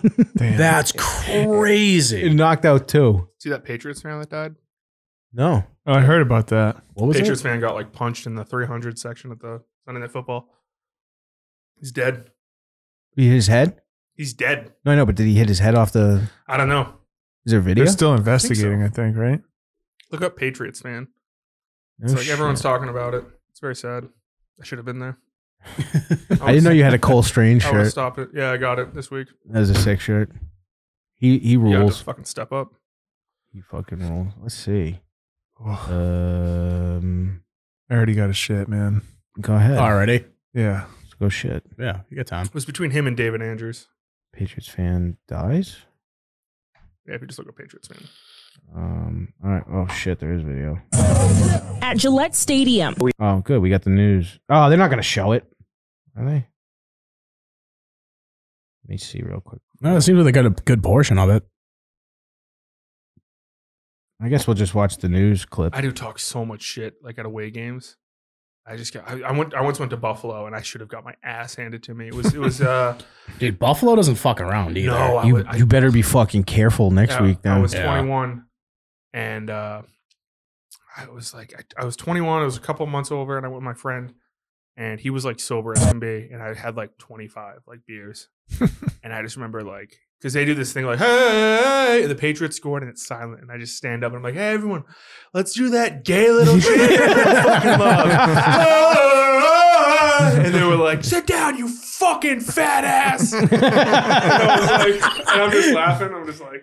Speaker 1: That's
Speaker 2: It
Speaker 1: crazy.
Speaker 2: knocked out two.
Speaker 4: See that Patriots fan that died?
Speaker 2: No.
Speaker 3: Oh, I heard about that.
Speaker 2: What was
Speaker 4: Patriots
Speaker 2: it?
Speaker 4: fan got like punched in the 300 section at the Sunday Night Football. He's dead.
Speaker 2: He hit his head?
Speaker 4: He's dead.
Speaker 2: No, I know, but did he hit his head off the.
Speaker 4: I don't know.
Speaker 2: Is there a video?
Speaker 3: They're still investigating, I think, right?
Speaker 4: Look up Patriots fan.
Speaker 2: No
Speaker 4: It's like
Speaker 2: shit.
Speaker 4: everyone's talking about it. It's very sad. I should have been there.
Speaker 2: I didn't know you had a Cole Strange
Speaker 4: I would have
Speaker 2: shirt.
Speaker 4: stopped it. Yeah, I got it this week.
Speaker 2: That was a sick shirt. He he
Speaker 4: Yeah,
Speaker 2: rules.
Speaker 4: just fucking step up.
Speaker 2: he fucking rules. Let's see.
Speaker 3: Oh,
Speaker 2: Um,
Speaker 3: I already got a shit, man.
Speaker 2: go ahead.
Speaker 1: Already.
Speaker 3: Yeah.
Speaker 2: Let's go shit.
Speaker 1: Yeah, you got time.
Speaker 4: It was between him and David Andrews.
Speaker 2: Patriots fan dies.
Speaker 4: Yeah, if you just look up Patriots fan.
Speaker 2: Um, all right. Oh shit, there is video.
Speaker 6: At Gillette Stadium,
Speaker 2: Oh, good. We got the news. Oh, they're not gonna show it, are they? Let me see real quick.
Speaker 1: No, it seems like they got a good portion of it.
Speaker 2: I guess we'll just watch the news clip.
Speaker 4: I do talk so much shit like at away games. I just got. I, I went. I once went to Buffalo, and I should have got my ass handed to me. It was. It was. Uh,
Speaker 1: Dude, Buffalo doesn't fuck around either.
Speaker 4: no, I,
Speaker 2: you
Speaker 4: was, I,
Speaker 2: you better be fucking careful next
Speaker 4: yeah,
Speaker 2: week. Then
Speaker 4: I was
Speaker 1: Yeah.
Speaker 4: 21, and uh, I was like, I, I was 21. I was a couple months over, and I went with my friend, and he was like sober as can be, and I had like 25 like beers, and I just remember like. Because they do this thing like, hey, and the Patriots scored and it's silent. And I just stand up and I'm like, hey, everyone, let's do that gay little shit. fucking love. and they were like, sit down, you fucking fat ass. And I was like, and I'm just laughing. I'm just like,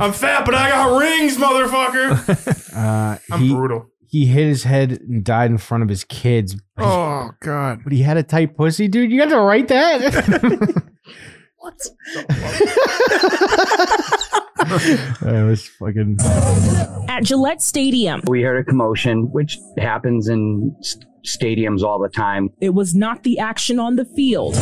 Speaker 4: I'm fat, but I got rings, motherfucker.
Speaker 2: uh,
Speaker 4: I'm
Speaker 2: he
Speaker 4: brutal.
Speaker 2: he hit his head and died in front of his kids,
Speaker 3: Oh God.
Speaker 2: but he had a tight pussy, dude. You got to write that. that was fucking.
Speaker 6: at Gillette Stadium,
Speaker 7: We heard a commotion, which happens in s- stadiums all the time.
Speaker 6: it was not the action on the field,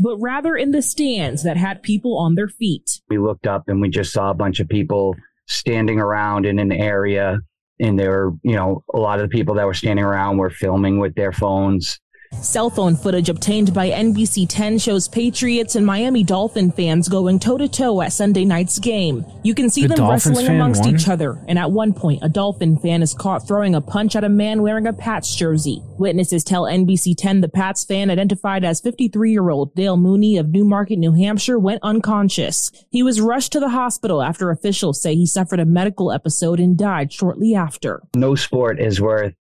Speaker 6: but rather in the stands that had people on their feet.
Speaker 7: We looked up and we just saw a bunch of people standing around in an area. And there were, you know, a lot of the people that were standing around were filming with their phones.
Speaker 6: Cell phone footage obtained by NBC 10 shows Patriots and Miami Dolphin fans going toe to toe at Sunday night's game. You can see
Speaker 2: The
Speaker 6: them
Speaker 2: Dolphins
Speaker 6: wrestling
Speaker 2: fan
Speaker 6: amongst
Speaker 2: won?
Speaker 6: each other, and at one point, a Dolphin fan is caught throwing a punch at a man wearing a Pats jersey. Witnesses tell NBC 10 the Pats fan identified as 53 year old Dale Mooney of Newmarket, New Hampshire, went unconscious. He was rushed to the hospital after officials say he suffered a medical episode and died shortly after.
Speaker 7: No sport is worth,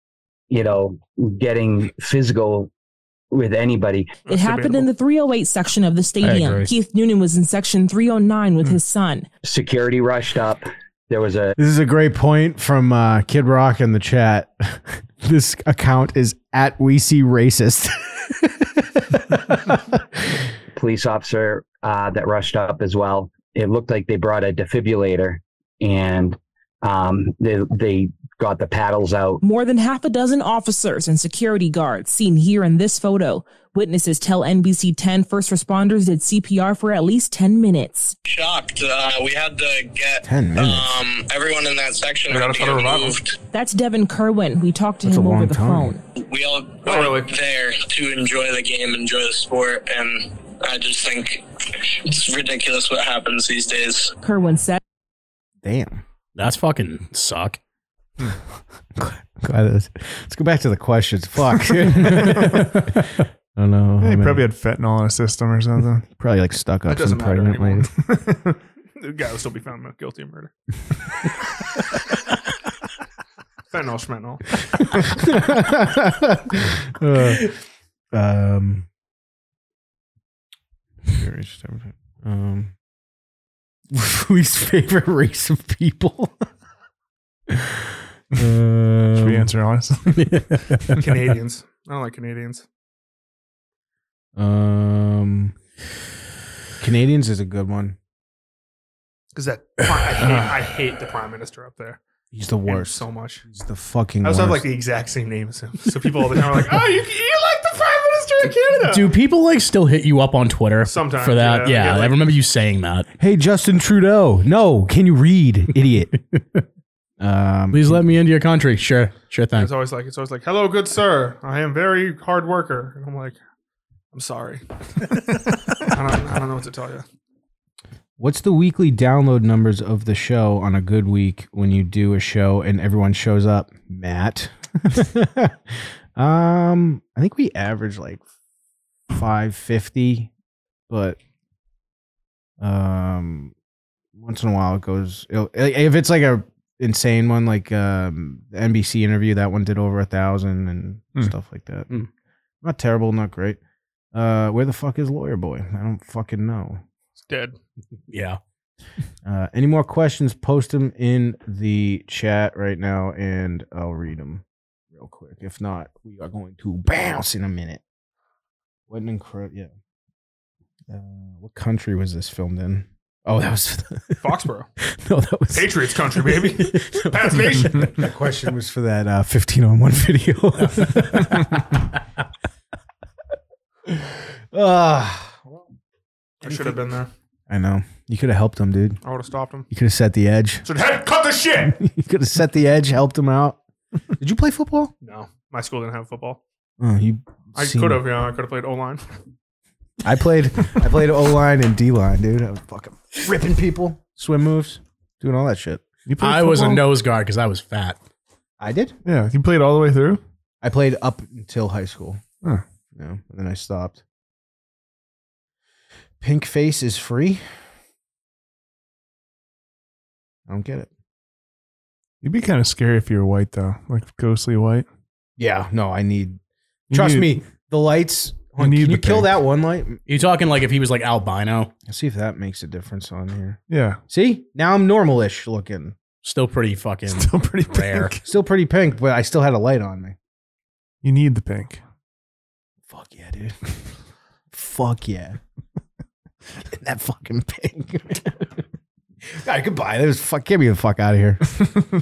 Speaker 7: you know, getting physical with anybody.
Speaker 6: It
Speaker 4: That's
Speaker 6: happened in the 308 section of the stadium.
Speaker 2: agree. Hmm.
Speaker 6: Keith Noonan was in section 309 with his son.
Speaker 7: Security rushed up. There was a
Speaker 2: This is a great point from uh, Kid Rock in the chat. this account is at we see racist.
Speaker 7: police officer uh, that rushed up as well. It looked like they brought a defibrillator and um, they, they got the paddles out.
Speaker 6: More than half a dozen officers and security guards seen here in this photo. Witnesses tell NBC 10 first responders did CPR for at least 10 minutes.
Speaker 8: shocked. Uh, we had to get
Speaker 2: Ten minutes.
Speaker 8: um, everyone in that section
Speaker 4: We got
Speaker 8: had
Speaker 4: a
Speaker 8: to
Speaker 4: ton of
Speaker 8: get
Speaker 4: revival.
Speaker 8: moved.
Speaker 6: That's Devin Kerwin. We talked to
Speaker 2: That's a
Speaker 6: him over
Speaker 2: long
Speaker 6: the
Speaker 2: time.
Speaker 6: phone.
Speaker 8: We all went
Speaker 4: really.
Speaker 8: there to enjoy the game, enjoy the sport, and I just think it's ridiculous what happens these days.
Speaker 6: Kerwin said
Speaker 2: Damn.
Speaker 1: That's fucking suck.
Speaker 2: Glad it was- Let's go back to the questions. Fuck. I don't know. how
Speaker 3: They
Speaker 2: many-
Speaker 3: probably had fentanyl in a system or something.
Speaker 9: Probably like stuck
Speaker 4: That
Speaker 9: up some
Speaker 4: doesn't matter
Speaker 9: pregnant
Speaker 4: anymore.
Speaker 9: ladies.
Speaker 4: the guy will still be found not guilty of murder. Fentanyl, schmentanyl.
Speaker 2: Uh, um,
Speaker 9: Um,
Speaker 2: least favorite race of people.
Speaker 3: Should we
Speaker 2: Um,
Speaker 3: answer honestly?
Speaker 4: Canadians. I don't like Canadians.
Speaker 2: Um, Canadians is a good one.
Speaker 4: Because that I hate, I hate the prime minister up there.
Speaker 2: He's the
Speaker 4: Hate him
Speaker 2: worst.
Speaker 4: so much.
Speaker 2: He's the fucking.
Speaker 4: I also have like
Speaker 2: worst.
Speaker 4: the exact same name as him. So people all the time are like, "Oh, you, you like the prime minister of Canada?"
Speaker 1: Do people like still hit you up on Twitter
Speaker 4: Sometimes,
Speaker 1: for that?
Speaker 4: yeah,
Speaker 1: Yeah,
Speaker 4: I get,
Speaker 1: I
Speaker 4: like-
Speaker 1: remember you saying that.
Speaker 2: hey, Justin Trudeau. No, can you read, idiot? um,
Speaker 1: Please let me into your country. Sure, sure
Speaker 4: And
Speaker 1: thing.
Speaker 4: It's always like it's always like, "Hello, good sir. I am very hard worker." And I'm like, "I'm sorry. I, don't, I don't know what to tell you."
Speaker 2: What's the weekly download numbers of the show on a good week when you do a show and everyone shows up? Matt. um, I think we average like 550, but um once in a while it goes it'll- i- if it's like a insane one like um the NBC interview that one did over a thousand and
Speaker 3: Hmm.
Speaker 2: stuff like that. Not terrible, not great. Uh where the fuck is lawyer boy? I don't fucking know.
Speaker 4: It's dead.
Speaker 1: Yeah.
Speaker 2: Uh, any more questions? Post them in the chat right now, and I'll read them real quick. If not, we are going to bounce in a minute. What an incredible! Yeah. Uh, what country was this filmed in? Oh, that was
Speaker 4: Foxborough,
Speaker 2: no, that was
Speaker 4: Patriots country, baby. Pats nation.
Speaker 2: that question was for that uh, fifteen on one video. Ah,
Speaker 4: I should have been there.
Speaker 2: I know. You could have helped him, dude.
Speaker 4: I would have stopped him.
Speaker 2: You could have set the edge.
Speaker 4: Said, "Hey, cut the shit."
Speaker 2: you could have set the edge, helped him out. Did you play football?
Speaker 4: No, my school didn't have football.
Speaker 2: Oh, you.
Speaker 4: I
Speaker 2: seen-
Speaker 4: could have. Yeah, I could have played O line.
Speaker 2: I played. I played O line and D line, dude. I was fucking ripping people, swim moves, doing all that shit.
Speaker 3: You played
Speaker 1: I was a
Speaker 3: football?
Speaker 1: nose guard because I was fat.
Speaker 2: I did.
Speaker 3: Yeah, you played all the way through.
Speaker 2: I played up until high school.
Speaker 3: Huh.
Speaker 2: Yeah, and then I stopped. Pink face is free. I don't get it.
Speaker 3: You'd be kind of scary if you were white though, like ghostly white.
Speaker 2: Yeah, no, I need.
Speaker 3: You
Speaker 2: trust
Speaker 3: need-
Speaker 2: me, the lights.
Speaker 3: You need
Speaker 2: can you
Speaker 3: the
Speaker 2: kill
Speaker 3: pink.
Speaker 2: that one light?
Speaker 1: You talking like if he was like albino,
Speaker 2: Let's see if that makes a difference on here.
Speaker 3: Yeah,
Speaker 2: See, now I'm normalish looking.
Speaker 1: still pretty fucking
Speaker 3: still pretty
Speaker 1: rare.
Speaker 3: pink.
Speaker 2: Still pretty pink, but I still had a light on me.
Speaker 3: You need the pink.
Speaker 2: Fuck yeah, dude. Fuck yeah. Get that fucking pink. All right, goodbye. There's fuck. Get me the fuck out of here.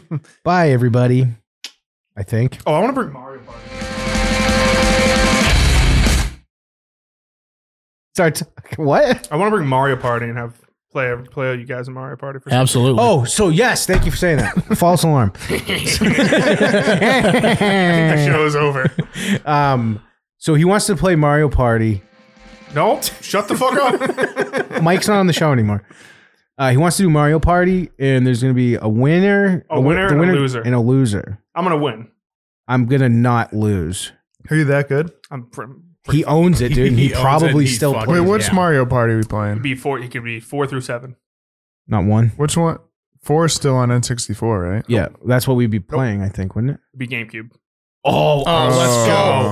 Speaker 2: Bye, everybody. I think.
Speaker 4: Oh, I want to bring Mario Party.
Speaker 2: Start. What?
Speaker 4: I want to bring Mario Party and have play play you guys in Mario Party for.
Speaker 1: Absolutely.
Speaker 2: Oh, so yes. Thank you for saying that. False alarm.
Speaker 4: the show is over.
Speaker 2: um. So he wants to play Mario Party.
Speaker 4: No, shut the fuck up.
Speaker 2: Mike's not on the show anymore. Uh, he wants to do Mario Party, and there's going to be a winner,
Speaker 4: A winner
Speaker 2: the
Speaker 4: and a loser.
Speaker 2: and a loser.
Speaker 4: I'm gonna win.
Speaker 2: I'm gonna not lose.
Speaker 3: Are you that good?
Speaker 4: I'm pr-
Speaker 2: He owns it, dude, and he,
Speaker 1: He owns it,
Speaker 2: probably
Speaker 1: he
Speaker 2: still
Speaker 1: fucking-
Speaker 3: Wait,
Speaker 2: plays.
Speaker 3: which
Speaker 1: Yeah.
Speaker 3: Mario Party are we playing?
Speaker 4: be four. He could be four through seven.
Speaker 2: Not one.
Speaker 3: Which one? Four is still on N64, right?
Speaker 2: Yeah, that's what we'd be playing, I think, wouldn't it?
Speaker 4: Be GameCube.
Speaker 1: oh, let's
Speaker 3: Oh.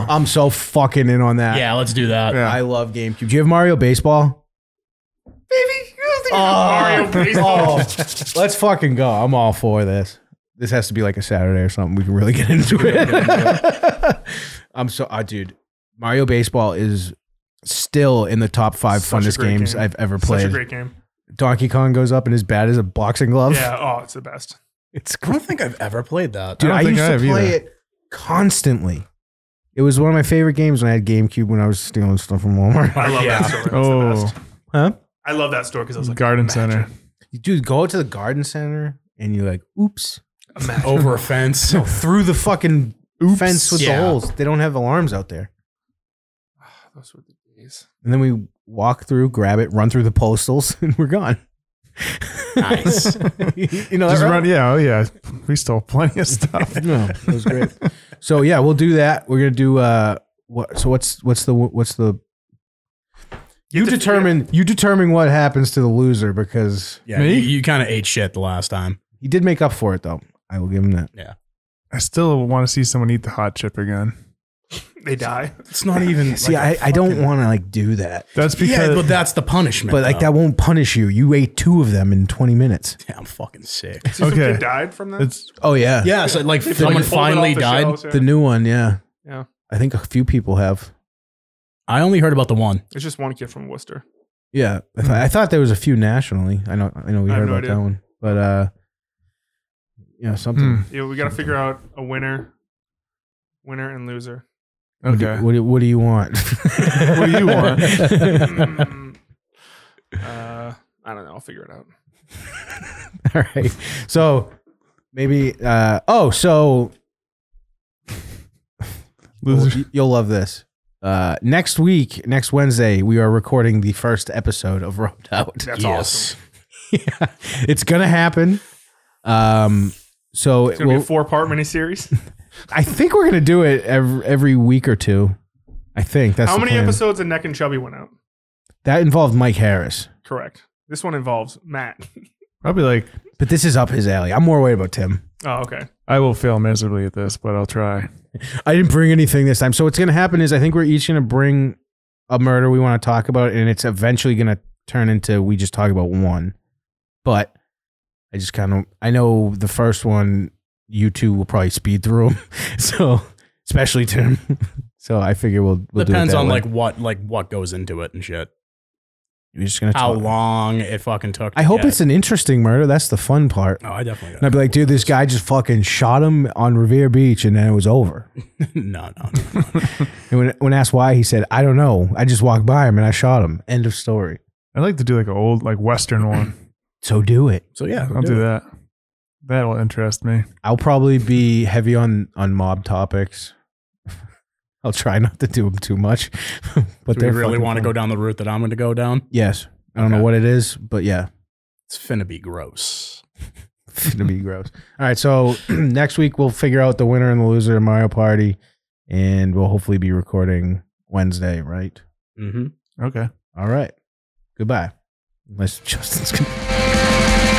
Speaker 1: go.
Speaker 2: I'm so fucking in on that.
Speaker 1: Yeah, let's do that.
Speaker 3: Yeah.
Speaker 2: I love GameCube. Do you have Mario Baseball?
Speaker 4: Mario
Speaker 2: Oh.
Speaker 4: Baseball.
Speaker 2: Let's fucking go. I'm all for this. This has to be like a Saturday or something. We can really get into it. I'm so, ah, dude. Mario Baseball is still in the top five
Speaker 4: Such a
Speaker 2: funnest
Speaker 4: great
Speaker 2: games
Speaker 4: game.
Speaker 2: I've ever
Speaker 4: Such a
Speaker 2: played.
Speaker 4: great game.
Speaker 2: Donkey Kong goes up and as bad as a boxing glove.
Speaker 4: Yeah. Oh, it's the best.
Speaker 2: It's
Speaker 1: I don't think I've ever played that.
Speaker 2: Dude,
Speaker 3: I don't
Speaker 2: I,
Speaker 3: think
Speaker 2: used
Speaker 3: I
Speaker 2: to
Speaker 3: have
Speaker 2: play
Speaker 3: either.
Speaker 2: it constantly. It was one of my favorite games when I had GameCube when I was stealing stuff from Walmart.
Speaker 4: I love that
Speaker 1: Yeah.
Speaker 4: store. It's the
Speaker 3: Oh,
Speaker 4: best.
Speaker 2: Huh?
Speaker 4: I love that store because I was like,
Speaker 3: Garden
Speaker 4: imagine.
Speaker 3: Center.
Speaker 2: Dude, go to the garden center and you're like, oops.
Speaker 1: Over a fence.
Speaker 2: Through the fucking
Speaker 3: Oops.
Speaker 2: fence with
Speaker 1: Yeah.
Speaker 2: the holes. They don't have alarms out there.
Speaker 4: Those were the days.
Speaker 2: And then we walk through, grab it, run through the postals, and we're gone.
Speaker 1: nice.
Speaker 2: You know, that,
Speaker 3: Just
Speaker 2: right?
Speaker 3: run, yeah, oh yeah. We stole plenty of stuff.
Speaker 2: No, that was great. so yeah, we'll do that. We're gonna do uh what? So what's what's the what's the you
Speaker 4: have to-
Speaker 2: determine you determine what happens to the loser because
Speaker 1: Yeah,
Speaker 3: Me?
Speaker 1: you, kind of ate shit the last time.
Speaker 2: he did make up for it though. I will give him that.
Speaker 3: I still want to see someone eat the hot chip again.
Speaker 4: They die.
Speaker 1: It's not even.
Speaker 2: See,
Speaker 1: like,
Speaker 2: I, I don't want to like do that,
Speaker 3: That's because
Speaker 1: yeah, but that's the punishment.
Speaker 2: but like
Speaker 1: though.
Speaker 2: that won't punish you. You ate two of them in twenty minutes.
Speaker 1: Yeah, I'm fucking sick.
Speaker 4: See, some
Speaker 3: Okay.
Speaker 4: kid died from that.
Speaker 3: it's
Speaker 2: Oh yeah,
Speaker 1: Yeah, so like
Speaker 4: Like,
Speaker 1: someone
Speaker 4: pulled it
Speaker 1: finally
Speaker 4: off the
Speaker 1: died.
Speaker 4: shelves, yeah.
Speaker 2: The new one, yeah,
Speaker 4: Yeah.
Speaker 2: I think a few people have.
Speaker 1: I only heard about the one.
Speaker 4: it's just one kid from Worcester.
Speaker 2: Yeah, I, th- I thought there was a few nationally. I know, I know, we
Speaker 4: I have
Speaker 2: heard
Speaker 4: no
Speaker 2: about
Speaker 4: idea.
Speaker 2: that one, but uh, you know, something.
Speaker 3: Hmm.
Speaker 4: Yeah, we got to figure out a winner, winner and loser.
Speaker 2: What do-
Speaker 3: okay.
Speaker 2: What do, what do you want?
Speaker 3: What do you want?
Speaker 4: Mm, uh, I don't know. I'll figure it out.
Speaker 2: All right. So maybe. Uh, oh, so
Speaker 3: Loser.
Speaker 2: y- you'll love this. Uh, next week, next Wednesday, we are recording the first episode of Robbed Out.
Speaker 4: That's awesome.
Speaker 2: yeah, it's gonna happen. Um, so
Speaker 4: It's gonna
Speaker 2: we'll-
Speaker 4: be a four part miniseries.
Speaker 2: I think we're gonna do it every, every week or two. I think that's
Speaker 4: How
Speaker 2: the
Speaker 4: many
Speaker 2: plan.
Speaker 4: episodes of Neck and Chubby went out?
Speaker 2: that involved Mike Harris.
Speaker 4: Correct. This one involves Matt.
Speaker 3: Probably like
Speaker 2: But this is up his alley. I'm more worried about Tim.
Speaker 4: Oh, okay.
Speaker 3: I will fail miserably at this, but I'll try.
Speaker 2: I didn't bring anything this time. So what's going to happen is I think we're each going to bring a murder we want to talk about, and it's eventually going to turn into we just talk about one. But I just kind of I know the first one you two will probably speed through, 'em. so especially Tim. so I figure we'll, we'll do it
Speaker 1: Depends
Speaker 2: that
Speaker 1: on
Speaker 2: way.
Speaker 1: like what like what goes into it and shit.
Speaker 2: we're just going to
Speaker 1: How long it fucking took.
Speaker 2: I
Speaker 1: to
Speaker 2: hope
Speaker 1: get
Speaker 2: it's an interesting murder. That's the fun part.
Speaker 1: it. Oh, I definitely.
Speaker 2: And I'd be like, dude, this guy just fucking shot him on Revere Beach, and then it was over.
Speaker 1: no, no, no.
Speaker 2: And when, when asked why, he said, I don't know. I just walked by him and I shot him. End of story.
Speaker 3: I'd like to do like an old like Western one.
Speaker 2: So do it.
Speaker 1: So yeah,
Speaker 3: I'll do that. That'll interest me.
Speaker 2: I'll probably be heavy on, on mob topics. I'll try not to do them too much. but
Speaker 1: Do we
Speaker 2: they
Speaker 1: really want to go down the route that I'm going to go down?
Speaker 2: Yes. I don't know
Speaker 1: Okay.
Speaker 2: what it is, but yeah,
Speaker 1: It's finna be gross.
Speaker 2: it's going to be gross. All right. So next week, we'll figure out the winner and the loser of Mario Party, and we'll hopefully be recording Wednesday, right?
Speaker 1: Mm-hmm.
Speaker 3: Okay.
Speaker 2: All right. Goodbye. Unless Justin's going to.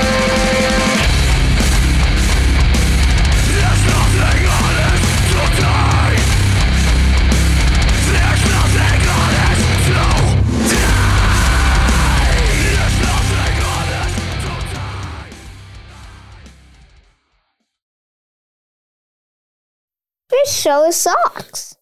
Speaker 10: This show is socks.